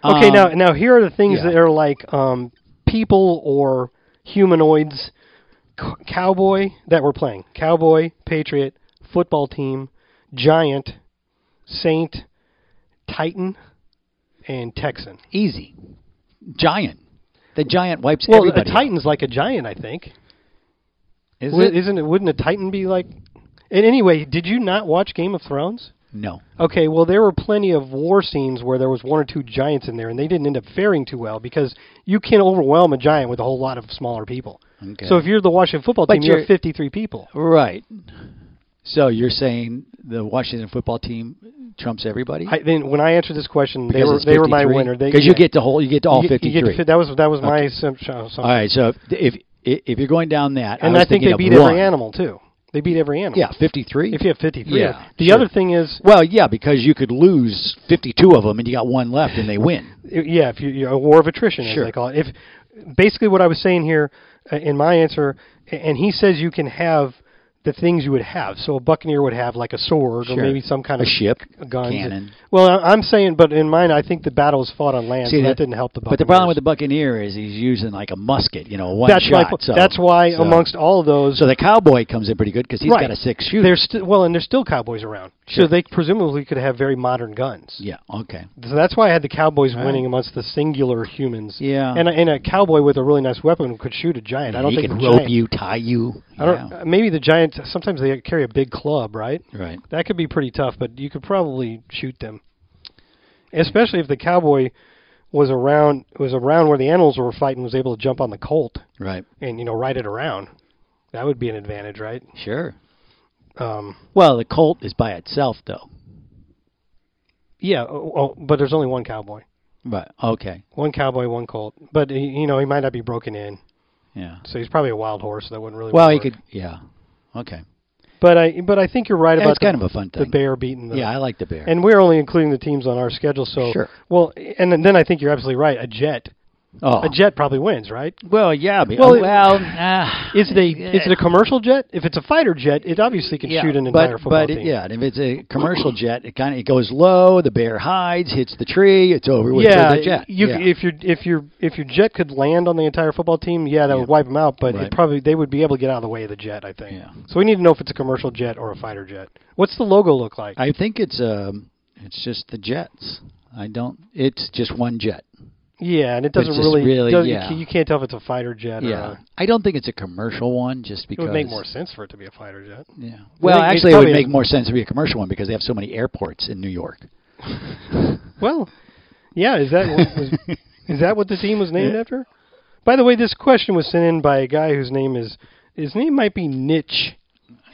Speaker 3: Okay,
Speaker 4: Um,
Speaker 3: now now here are the things
Speaker 4: yeah.
Speaker 3: that are like um, people or humanoids, c- cowboy that we're playing, cowboy, patriot, football team, giant, saint, titan, and Texan.
Speaker 4: easy, giant. The giant wipes
Speaker 3: Well,
Speaker 4: everybody.
Speaker 3: a
Speaker 4: out.
Speaker 3: titan's like a giant, I think.
Speaker 4: is
Speaker 3: Wou-
Speaker 4: it?
Speaker 3: Isn't it? Wouldn't a titan be like? And anyway, did you not watch Game of Thrones?
Speaker 4: No.
Speaker 3: Okay, well, there were plenty of war scenes where there was one or two giants in there, and they didn't end up faring too well because you can't overwhelm a giant with a whole lot of smaller people.
Speaker 4: Okay.
Speaker 3: So if you're the Washington football
Speaker 4: But
Speaker 3: team, you
Speaker 4: you're-
Speaker 3: have 53 people.
Speaker 4: Right. So you're saying the Washington football team trumps everybody?
Speaker 3: I, then when I answered this question, they
Speaker 4: Because
Speaker 3: were
Speaker 4: it's
Speaker 3: they were my
Speaker 4: 53?
Speaker 3: winner. They-
Speaker 4: Because you
Speaker 3: yeah.
Speaker 4: get the whole, you get to all
Speaker 3: You get- you get
Speaker 4: 53.
Speaker 3: fi- that was that was my assumption.
Speaker 4: all right. So if if if you're going down that,
Speaker 3: and
Speaker 4: I,
Speaker 3: I, think
Speaker 4: was thinking
Speaker 3: they
Speaker 4: of
Speaker 3: beat
Speaker 4: one.
Speaker 3: every animal too. They beat every animal.
Speaker 4: Yeah, 53.
Speaker 3: If you have 53.
Speaker 4: Yeah,
Speaker 3: The
Speaker 4: sure.
Speaker 3: other thing is,
Speaker 4: well, yeah, because you could lose 52 of them and you got one left and they win.
Speaker 3: yeah, if you you know, a war of attrition,
Speaker 4: Sure.
Speaker 3: as they call it. If basically what I was saying here uh, in my answer, a- and he says you can have the things you would have. So a buccaneer would have like a sword
Speaker 4: Sure.
Speaker 3: or maybe some kind
Speaker 4: a
Speaker 3: of
Speaker 4: ship,
Speaker 3: guns.
Speaker 4: cannon.
Speaker 3: Well, I- I'm saying, but in mine, I think the battle was fought on land, so that, didn't help the.
Speaker 4: But the
Speaker 3: Buccaneers.
Speaker 4: problem with the Buccaneer is he's using like a musket, you know, one
Speaker 3: that's my
Speaker 4: shot.
Speaker 3: po-
Speaker 4: so,
Speaker 3: that's why
Speaker 4: so-
Speaker 3: amongst all of those,
Speaker 4: So the cowboy comes in pretty good because he's
Speaker 3: Right.
Speaker 4: got a six shooter.
Speaker 3: there's st- well, and there's still cowboys around,
Speaker 4: Sure.
Speaker 3: so they presumably could have very modern guns.
Speaker 4: yeah. Okay.
Speaker 3: So that's why I had the Cowboys
Speaker 4: Right.
Speaker 3: winning amongst the singular humans.
Speaker 4: Yeah.
Speaker 3: and a, and a cowboy with a really nice weapon could shoot a giant. I don't
Speaker 4: he
Speaker 3: think
Speaker 4: can
Speaker 3: the
Speaker 4: rope
Speaker 3: giant-
Speaker 4: you, tie you.
Speaker 3: I don't.
Speaker 4: yeah.
Speaker 3: uh, Maybe the giants. Sometimes they carry a big club, right?
Speaker 4: Right.
Speaker 3: That could be pretty tough, but you could probably shoot them. Especially if the cowboy was around was around where the animals were fighting, was able to jump on the colt
Speaker 4: Right.
Speaker 3: and you know ride it around. That would be an advantage, right?
Speaker 4: Sure.
Speaker 3: Um,
Speaker 4: Well, the colt is by itself, though.
Speaker 3: yeah, oh, oh, but there's only one cowboy,
Speaker 4: Right. Okay.
Speaker 3: one cowboy, one colt. But y- you know he might not be broken in.
Speaker 4: Yeah.
Speaker 3: So he's probably a wild horse. That wouldn't really.
Speaker 4: Well, he
Speaker 3: work.
Speaker 4: could. Yeah. Okay.
Speaker 3: But I, but I think you're right
Speaker 4: Yeah,
Speaker 3: about
Speaker 4: it's
Speaker 3: the,
Speaker 4: kind of a fun
Speaker 3: the
Speaker 4: thing.
Speaker 3: bear beating the.
Speaker 4: yeah, I like the bear.
Speaker 3: and we're only including the teams on our schedule. So
Speaker 4: Sure.
Speaker 3: Well, and then- then I think you're absolutely right. A jet,
Speaker 4: oh.
Speaker 3: a jet probably wins, right?
Speaker 4: Well, yeah. But,
Speaker 3: Well,
Speaker 4: well,
Speaker 3: it-
Speaker 4: ah,
Speaker 3: Is it a
Speaker 4: yeah.
Speaker 3: is it a commercial jet? If it's a fighter jet, it obviously can
Speaker 4: Yeah,
Speaker 3: shoot an
Speaker 4: but,
Speaker 3: entire football
Speaker 4: but it-
Speaker 3: team.
Speaker 4: yeah, and if it's a commercial jet, it kind of it goes low. The bear hides, hits the tree. It's over with
Speaker 3: Yeah,
Speaker 4: for the jet.
Speaker 3: you
Speaker 4: yeah.
Speaker 3: if your if your if your jet could land on the entire football team, yeah, that
Speaker 4: Yeah.
Speaker 3: would wipe them out. But
Speaker 4: Right.
Speaker 3: it probably they would be able to get out of the way of the jet, I think.
Speaker 4: Yeah.
Speaker 3: So we need to know if it's a commercial jet or a fighter jet. What's the logo look like?
Speaker 4: I think it's um, it's just the jets. I don't. It's just one jet.
Speaker 3: yeah, and it
Speaker 4: But it's
Speaker 3: doesn't
Speaker 4: just
Speaker 3: really,
Speaker 4: really-
Speaker 3: doesn't-
Speaker 4: yeah.
Speaker 3: you can't tell if it's a fighter jet or
Speaker 4: Yeah,
Speaker 3: a
Speaker 4: I don't think it's a commercial one, just
Speaker 3: It
Speaker 4: because
Speaker 3: would make more sense for it to be a fighter jet.
Speaker 4: Yeah. Well,
Speaker 3: think it's
Speaker 4: actually, it would
Speaker 3: probably a-
Speaker 4: make more sense to be a commercial one because they have so many airports in New York.
Speaker 3: Well, yeah, is that what was, is that what the team was named after? By the way, this question was sent in by a guy whose name is his name might be Nitch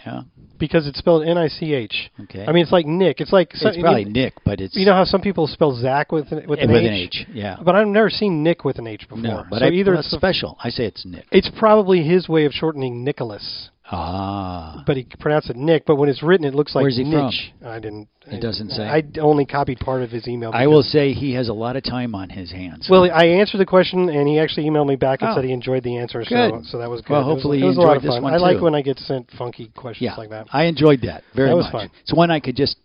Speaker 4: Yeah.
Speaker 3: because it's spelled N I C H.
Speaker 4: Okay.
Speaker 3: I mean, it's like Nick. It's like some-
Speaker 4: it's probably
Speaker 3: you,
Speaker 4: Nick, but it's
Speaker 3: you know how some people spell Zach with an, with,
Speaker 4: eh,
Speaker 3: an,
Speaker 4: with
Speaker 3: H?
Speaker 4: an H. Yeah.
Speaker 3: But I've never seen Nick with an H before.
Speaker 4: no, but
Speaker 3: so
Speaker 4: I,
Speaker 3: either
Speaker 4: well,
Speaker 3: it's,
Speaker 4: it's special. I say it's Nick.
Speaker 3: it's probably his way of shortening Nicholas,
Speaker 4: Ah.
Speaker 3: but he pronounced it Nick. But when it's written, it looks like
Speaker 4: Where's he from?
Speaker 3: Nitch. I didn't.
Speaker 4: It doesn't say.
Speaker 3: I only copied part of his email.
Speaker 4: I
Speaker 3: because-
Speaker 4: will say he has a lot of time on his hands.
Speaker 3: Well, I answered the question, and he actually emailed me back and
Speaker 4: Oh.
Speaker 3: said he enjoyed the answer. So,
Speaker 4: Good.
Speaker 3: so that was good.
Speaker 4: Well,
Speaker 3: It was-
Speaker 4: hopefully
Speaker 3: it
Speaker 4: you
Speaker 3: was, a lot
Speaker 4: enjoyed
Speaker 3: of
Speaker 4: this
Speaker 3: fun.
Speaker 4: one,
Speaker 3: I like
Speaker 4: too.
Speaker 3: when I get sent funky questions
Speaker 4: yeah,
Speaker 3: like that.
Speaker 4: I enjoyed that very
Speaker 3: That was
Speaker 4: much.
Speaker 3: fun.
Speaker 4: It's one I could just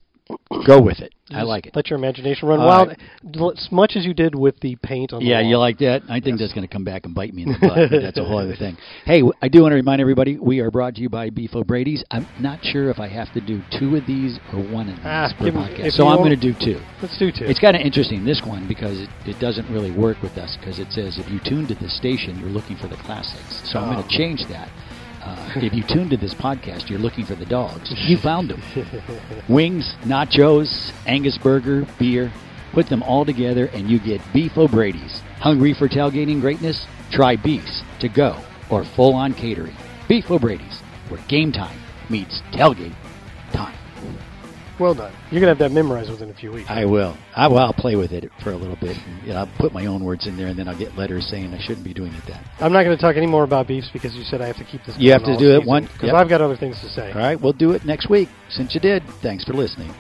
Speaker 4: go with it. I like it.
Speaker 3: Let your imagination run
Speaker 4: All
Speaker 3: wild,
Speaker 4: right.
Speaker 3: L- as much as you did with the paint on the
Speaker 4: Yeah,
Speaker 3: wall.
Speaker 4: you like that? I think that's going to come back and bite me in the butt. but that's a whole other thing. Hey, w- I do want to remind everybody we are brought to you by Beef O'Brady's. I'm not sure if I have to do two of these or one of these
Speaker 3: Ah,
Speaker 4: per
Speaker 3: give 'em-
Speaker 4: podcast,
Speaker 3: if
Speaker 4: so
Speaker 3: you
Speaker 4: I'm
Speaker 3: want-
Speaker 4: going to do two.
Speaker 3: Let's do two.
Speaker 4: It's kind of interesting this one because it, it doesn't really work with us because it says if you tune to this station, you're looking for the classics. So I'm going to change that. Uh, if you tune to this podcast, you're looking for the dogs. You found them. Wings, nachos, Angus burger, beer. Put them all together and you get Beef O'Brady's. Hungry for tailgating greatness? Try Beef's to go or full on catering. Beef O'Brady's, where game time meets tailgate time.
Speaker 3: Well done. You're gonna have that memorized within a few weeks.
Speaker 4: I will. I will. I'll play with it for a little bit. And, you know, I'll put my own words in there, and then I'll get letters saying I shouldn't be doing it. That.
Speaker 3: I'm not going to talk any more about beefs because you said I have to keep this.
Speaker 4: You have to do it one-
Speaker 3: because
Speaker 4: yep.
Speaker 3: I've got other things to say.
Speaker 4: All right. We'll do it next week. Since you did, thanks for listening.